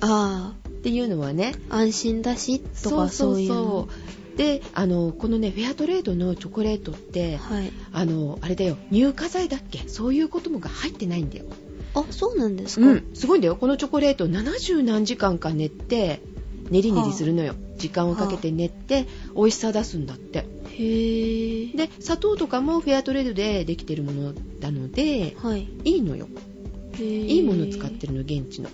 Speaker 2: あ
Speaker 1: ていうのはね、
Speaker 2: あ、安心だし、と
Speaker 1: そう
Speaker 2: か
Speaker 1: そ
Speaker 2: そうういう
Speaker 1: そ
Speaker 2: の。
Speaker 1: う。で、あの、このね、フェアトレードのチョコレートって、
Speaker 2: はい。
Speaker 1: あの、あれだよ、乳化剤だっけそういうこともが入ってないんだよ。
Speaker 2: あ、そうなんですか、
Speaker 1: うん、すごいんだよ。このチョコレート70何時間か練って、練り練りするのよ。時間をかけて練って、美味しさ出すんだって。
Speaker 2: へぇ
Speaker 1: で、砂糖とかもフェアトレードでできてるものなので、
Speaker 2: はい。
Speaker 1: いいのよ。い
Speaker 2: い
Speaker 1: いもの使ってるの、現地の。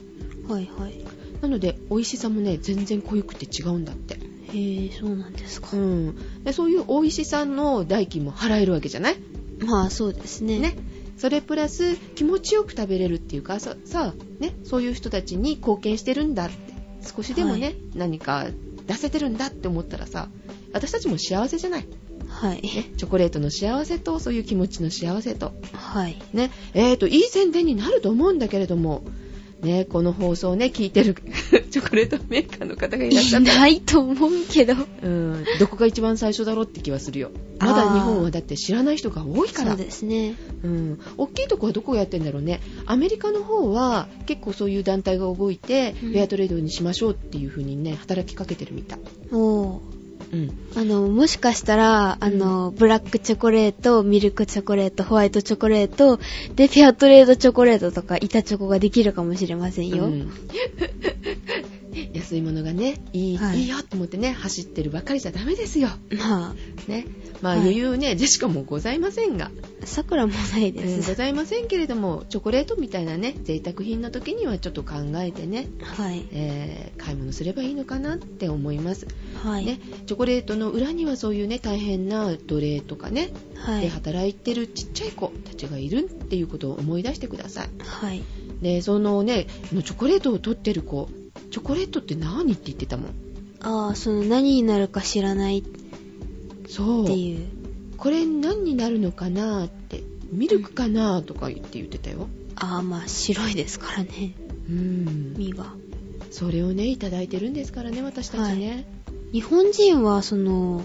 Speaker 2: はいはい。
Speaker 1: なので、美味しさもね、全然濃ゆくて違うんだって。
Speaker 2: へぇそうなんですか
Speaker 1: う。ん。で、そういう美味しさの代金も払えるわけじゃない
Speaker 2: まあそうですね。
Speaker 1: ね。それプラス、気持ちよく食べれるっていうか、さ、さね、そういう人たちに貢献してるんだって。少しでもね、
Speaker 2: はい
Speaker 1: 何か出せてるんだって思ったらさ、私たちも幸せじゃない。
Speaker 2: はい。
Speaker 1: チョコレートの幸せと、そういう気持ちの幸せと。
Speaker 2: はい。
Speaker 1: ね、えーと、いい宣伝になると思うんだけれども、ね、この放送ね、聞いてる チョコレートメーカーの方がいらっしゃったら、
Speaker 2: ないと思うけど。
Speaker 1: うん、どこが一番最初だろうって気はするよ。まだ日本はだって知らない人が多いか
Speaker 2: そう
Speaker 1: ら。
Speaker 2: ですね。
Speaker 1: うん。大きいとこはどこをやってんだろうね。アメリカの方は結構そういう団体が動いて、
Speaker 2: うん
Speaker 1: フェアトレードにしましょうっていう風にね、働きかけてるみたい。
Speaker 2: おー
Speaker 1: うん。
Speaker 2: あの、もしかしたら、あの、ブラックチョコレート、ミルクチョコレート、ホワイトチョコレート、で、フェアトレードチョコレートとか、板チョコができるかもしれませんよ。
Speaker 1: うん 安いものがね、いい、、
Speaker 2: はいい
Speaker 1: いよって思ってね、走ってるばっかりじゃダメですよ。
Speaker 2: ま
Speaker 1: ね。まあ
Speaker 2: はい
Speaker 1: 余裕ね、ジェシカもございませんが、
Speaker 2: あ、桜もない
Speaker 1: うん
Speaker 2: で
Speaker 1: ご
Speaker 2: す。
Speaker 1: ざいませんけれども、チョコレートみたいなね、贅沢品の時にはちょっと考えてね、
Speaker 2: はい。
Speaker 1: えー買い物すればいいのかなって思います、
Speaker 2: はい。
Speaker 1: ね、チョコレートの裏にはそういうね大変な奴隷とかね、
Speaker 2: は
Speaker 1: で
Speaker 2: い。
Speaker 1: 働いてるちっちゃい子たちがいるっていうことを思い出してください
Speaker 2: はい。
Speaker 1: でそのねあのチョコレートを取ってる子チョコレートって何って言ってたもん
Speaker 2: ああ、その、何になるか知らないっ
Speaker 1: そう
Speaker 2: ていう。
Speaker 1: これ何になるのかなってミルクかなとか言って言ってたよ
Speaker 2: ああ、まあ、白いですからね。
Speaker 1: うん
Speaker 2: 身が。
Speaker 1: それをねいただいてるんですからね私たちね、
Speaker 2: 日本人はその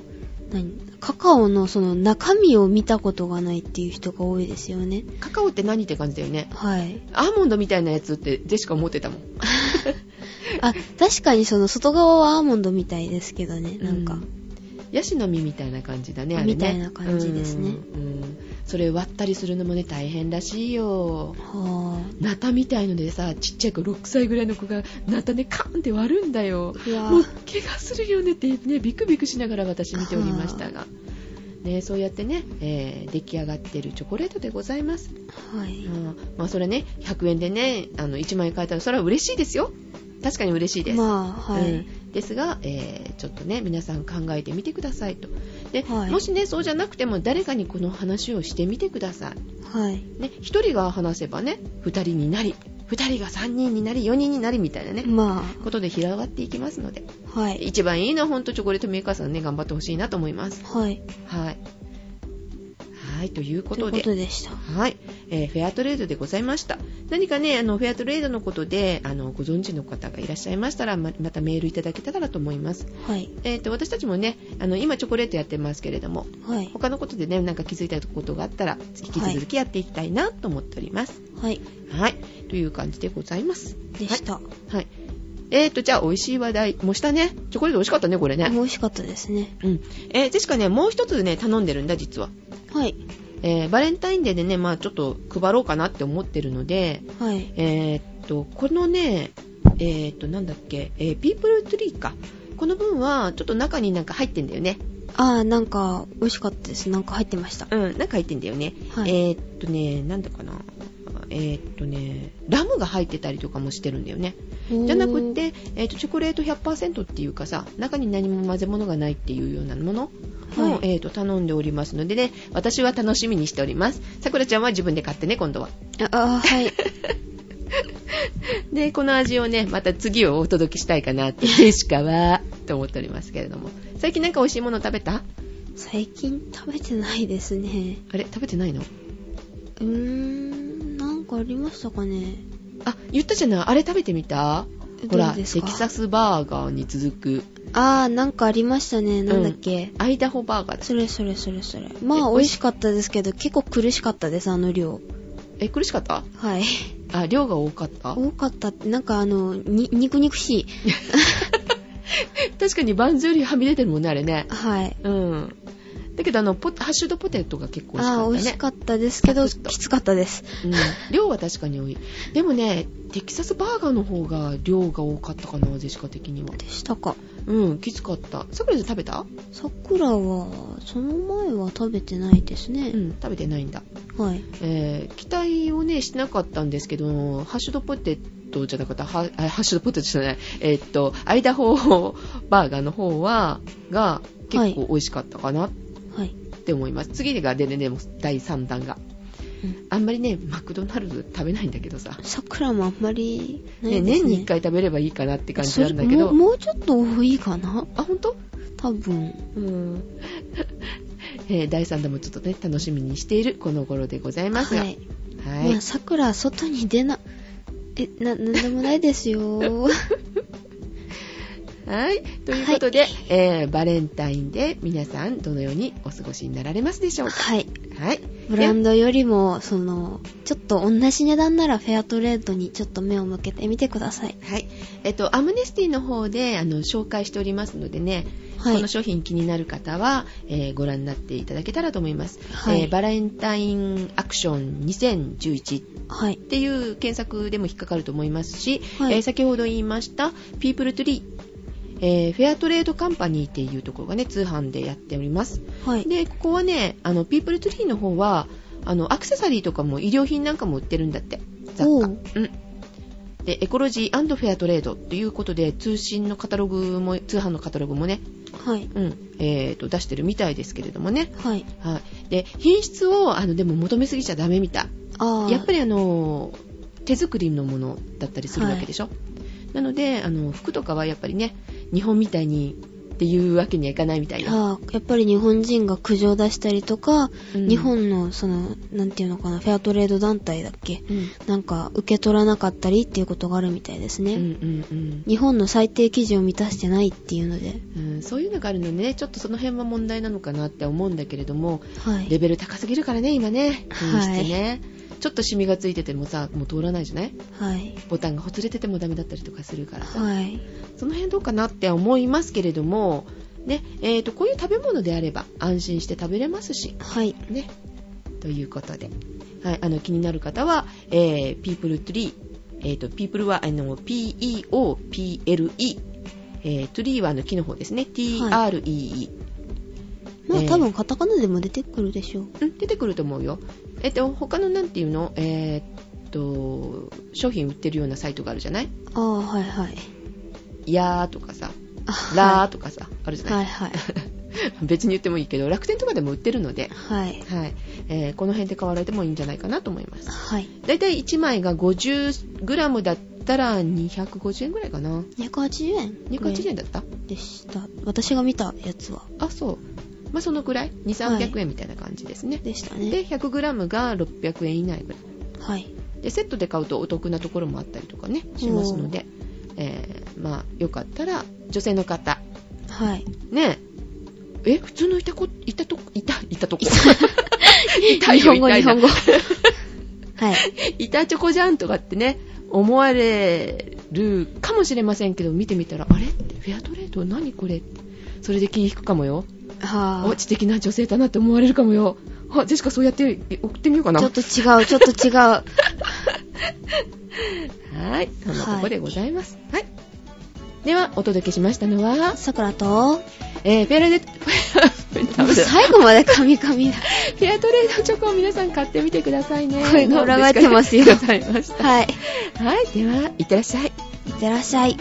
Speaker 2: 何カカオのその中身を見たことがないっていう人が多いですよね
Speaker 1: カカオって何って感じだよね
Speaker 2: はい
Speaker 1: アーモンドみたいなやつってジェシカ思ってたもん
Speaker 2: あ確かにその外側はアーモンドみたいですけどねなんか、
Speaker 1: うヤシの実みたいな感じだねあれね
Speaker 2: みたいな感じですね
Speaker 1: うんうんそれ割ったりするのもね大変らしいよ
Speaker 2: は
Speaker 1: ナタみたいのでさちっちゃい子6歳ぐらいの子がナタねカーンって割るんだよ
Speaker 2: あうわ
Speaker 1: もう怪我するよねってねビクビクしながら私見ておりましたが、ね、そうやってね、えー出来上がってるチョコレートでございます、
Speaker 2: はい
Speaker 1: うんまあそれね100円でねあの1枚買えたらそれは嬉しいですよ確かに嬉しいです、
Speaker 2: まあはい、
Speaker 1: うん、ですが、えーちょっとね皆さん考えてみてくださいとで、
Speaker 2: はい
Speaker 1: もしねそうじゃなくても誰かにこの話をしてみてくださ
Speaker 2: は
Speaker 1: い、
Speaker 2: い
Speaker 1: ね、1人が話せばね2人になり2人が3人になり4人になりみたいなね、
Speaker 2: ま
Speaker 1: ことで広がっていきますので
Speaker 2: あはい
Speaker 1: 一番いいのはほんとチョコレートメーカーさんね頑張ってほしいなと思います
Speaker 2: はい
Speaker 1: はいはいということ
Speaker 2: い
Speaker 1: と
Speaker 2: う
Speaker 1: で
Speaker 2: ことでした
Speaker 1: はい、えーフェアトレードでございました。何かね、あのフェアトレードのことで、あのご存知の方がいらっしゃいましたら、ままたメールいただけたらと思います。
Speaker 2: はい
Speaker 1: えっ、と私たちもね、あの今チョコレートやってますけれども、
Speaker 2: はい
Speaker 1: 他のことでね、なんか気づいたことがあったら引き続きやっていきたいなと思っております。
Speaker 2: はい
Speaker 1: はい、という感じでございます。
Speaker 2: でした、
Speaker 1: はい。えっ、とじゃあ美味しい話題もしたね。チョコレート美味しかったねこれね。
Speaker 2: 美味しかったですね
Speaker 1: うん。えー、ジェシカねもう一つね頼んでるんだ実は。
Speaker 2: はい
Speaker 1: えーバレンタインデーでね、まあちょっと配ろうかなって思ってるので、
Speaker 2: はい
Speaker 1: えーっと、このね、えーっと、なんだっけ、えーピープルトリーか。この分は、ちょっと中になんか入ってんだよね。
Speaker 2: ああなんか美味しかったですなんか入ってました
Speaker 1: うん、中入ってんだよね。
Speaker 2: はい、
Speaker 1: えーっとね、なんだかな。えーっとね、ラムが入ってたりとかもしてるんだよね。じゃなくって、えーっと、チョコレート100%っていうかさ、中に何も混ぜ物がないっていうようなものの、
Speaker 2: はい
Speaker 1: えーと頼んでおりますのでね、私は楽しみにしております。さくらちゃんは自分で買ってね、今度は。
Speaker 2: ああ、はい。
Speaker 1: で、この味をね、また次をお届けしたいかなって、ジェシカは、と思っておりますけれども。最近なんか美味しいもの食べた
Speaker 2: 最近食べてないですね。
Speaker 1: あれ食べてないの
Speaker 2: うーん、なんかありましたかね。
Speaker 1: あ、言ったじゃない。あれ食べてみたほ
Speaker 2: ど
Speaker 1: ら、
Speaker 2: う
Speaker 1: テ
Speaker 2: で
Speaker 1: キ
Speaker 2: すか
Speaker 1: サスバーガーに続く、
Speaker 2: あー、なんかありましたね。なんだっけ。
Speaker 1: アイダホバーガーだ。
Speaker 2: それそれそれそれ。まあ、
Speaker 1: え
Speaker 2: 美味しかったですけど、結構苦しかったです、あの量。
Speaker 1: え、苦しかった
Speaker 2: はい。
Speaker 1: あ、量が多かった
Speaker 2: 多かったって、なんかあの、に、肉肉しい。
Speaker 1: 確かにバンズよりはみ出てるもんね、あれね。
Speaker 2: はい。
Speaker 1: うん。だけど、あの、ポハッシュドポテトが結構美味しか
Speaker 2: あ
Speaker 1: っ
Speaker 2: ー、
Speaker 1: た
Speaker 2: 美味
Speaker 1: ね
Speaker 2: し。かったですけど、
Speaker 1: サクッと
Speaker 2: きつかったです。
Speaker 1: うん、量は確かに多い。でもね、テキサスバーガーの方が量が多かったかな、ジェシカ的には。
Speaker 2: でしたか。
Speaker 1: うん、きつかった。さくらちゃん食べた
Speaker 2: 桜は、その前は食べてないです
Speaker 1: う
Speaker 2: ね。
Speaker 1: ん、食べてないんだ。
Speaker 2: はい。
Speaker 1: えー期待をね、しなかったんですけど、ハッシュドポテトじゃなかった、はあハッシュドポテトじゃない、えーっと、アイダホバーガーの方は、が、結構美味しかったかな
Speaker 2: はい。
Speaker 1: って思います。次がでね、でも第3弾が。
Speaker 2: うん
Speaker 1: あんまりね、マクドナルド食べないんだけどさ。
Speaker 2: 桜もあんまりない
Speaker 1: ね、
Speaker 2: ですね。
Speaker 1: 年に1回食べればいいかなって感じなんだけ
Speaker 2: それもう
Speaker 1: ど。
Speaker 2: もうちょっと多いかな
Speaker 1: あ、ほんと
Speaker 2: 多分。
Speaker 1: うん。 えー第3弾もちょっとね、楽しみにしているこの頃でございますが。
Speaker 2: は
Speaker 1: はい
Speaker 2: い。。まあ、桜、外に出な、え、な、なんでもないで すよ。
Speaker 1: はい。ということで、えーバレンタインで皆さんどのようにお過ごしになられますでしょうか。
Speaker 2: はい。
Speaker 1: はい。
Speaker 2: ブランドよりも、その、ちょっと同じ値段ならフェアトレードにちょっと目を向けてみてください。
Speaker 1: はい。えっと、アムネスティの方で、あの、紹介しておりますのでね、
Speaker 2: はい
Speaker 1: この商品気になる方は、えーご覧になっていただけたらと思います。
Speaker 2: はい
Speaker 1: えーバレンタインアクション2011
Speaker 2: はい
Speaker 1: っ。ていう検索でも引っかかると思いますし、
Speaker 2: はい
Speaker 1: えー先ほど言いました、ピープルトゥリー、えーフェアトレードカンパニーっていうところがね、通販でやっております。
Speaker 2: はい。
Speaker 1: で、ここはね、あの、ピープルトゥリーの方は、あの、アクセサリーとかも、医療品なんかも売ってるんだって。雑貨。
Speaker 2: お
Speaker 1: う。
Speaker 2: うん
Speaker 1: で、エコロジーフェアトレードということで、通信のカタログも、通販のカタログもね、
Speaker 2: はい。
Speaker 1: うん、えっ、と、出してるみたいですけれどもね。
Speaker 2: はい。
Speaker 1: はい。で、品質を、あの、でも求めすぎちゃダメみたい。
Speaker 2: ああ。
Speaker 1: やっぱりあの手作りのものだったりするわけでしょ、なのであの服とかはやっぱりね日本みたいにっていうわけにはいかないみたいな、
Speaker 2: ああやっぱり日本人が苦情出したりとか、
Speaker 1: うん
Speaker 2: 日本のそのなんていうのかなフェアトレード団体だっけ
Speaker 1: うん
Speaker 2: なんか受け取らなかったりっていうことがあるみたいです
Speaker 1: うん
Speaker 2: ね、
Speaker 1: うん
Speaker 2: 日本の最低基準を満たしてないっていうので
Speaker 1: うんうん、そういうのがあるのでねちょっとその辺は問題なのかなって思うんだけれども
Speaker 2: は
Speaker 1: レ
Speaker 2: い
Speaker 1: ベル高すぎるからね今ね品質
Speaker 2: はい
Speaker 1: ね、ちょっとシミがついててもさもう通らないじゃない
Speaker 2: はい
Speaker 1: ボタンがほつれててもダメだったりとかするからさ、
Speaker 2: はい
Speaker 1: その辺どうかなって思いますけれどもねえー、とこういう食べ物であれば安心して食べれますし
Speaker 2: はい
Speaker 1: ね。ということで、はい、あの気になる方は、えー、people3、えー、と people はあの p-e-o-p-l-e、えー、tree はあの木の方ですね t-r-e-e、
Speaker 2: ま
Speaker 1: え
Speaker 2: あ、
Speaker 1: ー
Speaker 2: 多分カタカナでも出てくるでしょう
Speaker 1: うん出てくると思うよえっ、と他のなんていうのえー、と商品売ってるようなサイトがあるじゃない
Speaker 2: ああはいはい
Speaker 1: やーとかさ
Speaker 2: あはい
Speaker 1: らーとかさ、あるじゃない、
Speaker 2: はいはい
Speaker 1: 別に言ってもいいけど楽天とかでも売ってるので、
Speaker 2: はい
Speaker 1: はいえー、この辺で買われてもいいんじゃないかなと思います
Speaker 2: はい
Speaker 1: だいたい1枚が 50g だったら250円ぐらいかな
Speaker 2: 280円
Speaker 1: 280円だった
Speaker 2: でした私が見たやつは
Speaker 1: あそうまあそのくらい2300円みたいな感じですね、
Speaker 2: でしたね
Speaker 1: で 100g が600円以内ぐら
Speaker 2: はい
Speaker 1: いでセットで買うとお得なところもあったりとかねしますので、えー、まあよかったら女性の方
Speaker 2: はい
Speaker 1: ねええ普通のいたこいたとこいたいたとこいたよ
Speaker 2: 日本語
Speaker 1: いたい
Speaker 2: 日
Speaker 1: な
Speaker 2: 本語はい
Speaker 1: 板チョコじゃんとかってね、思われるかもしれませんけど、見てみたら、あれってフェアトレード何これそれで気に引くかもよ。
Speaker 2: は
Speaker 1: お、知的な女性だなって思われるかもよ。あ、ジェシカそうやって送ってみようかな。
Speaker 2: ちょ
Speaker 1: は
Speaker 2: っと違う、ちょっと違う。
Speaker 1: ーい。そんなとこでございます。はい。では、お届けしましたのは、
Speaker 2: さくらと、
Speaker 1: えー、フェアレデ、 フェア、ダメだ
Speaker 2: 最後までカミカミだ。
Speaker 1: フェアトレードチョコを皆さん買ってみてくださいね。
Speaker 2: 声が裏返ってますよ
Speaker 1: ございました。
Speaker 2: はい。
Speaker 1: はい。では、いってらっしゃい。
Speaker 2: いってらっしゃい。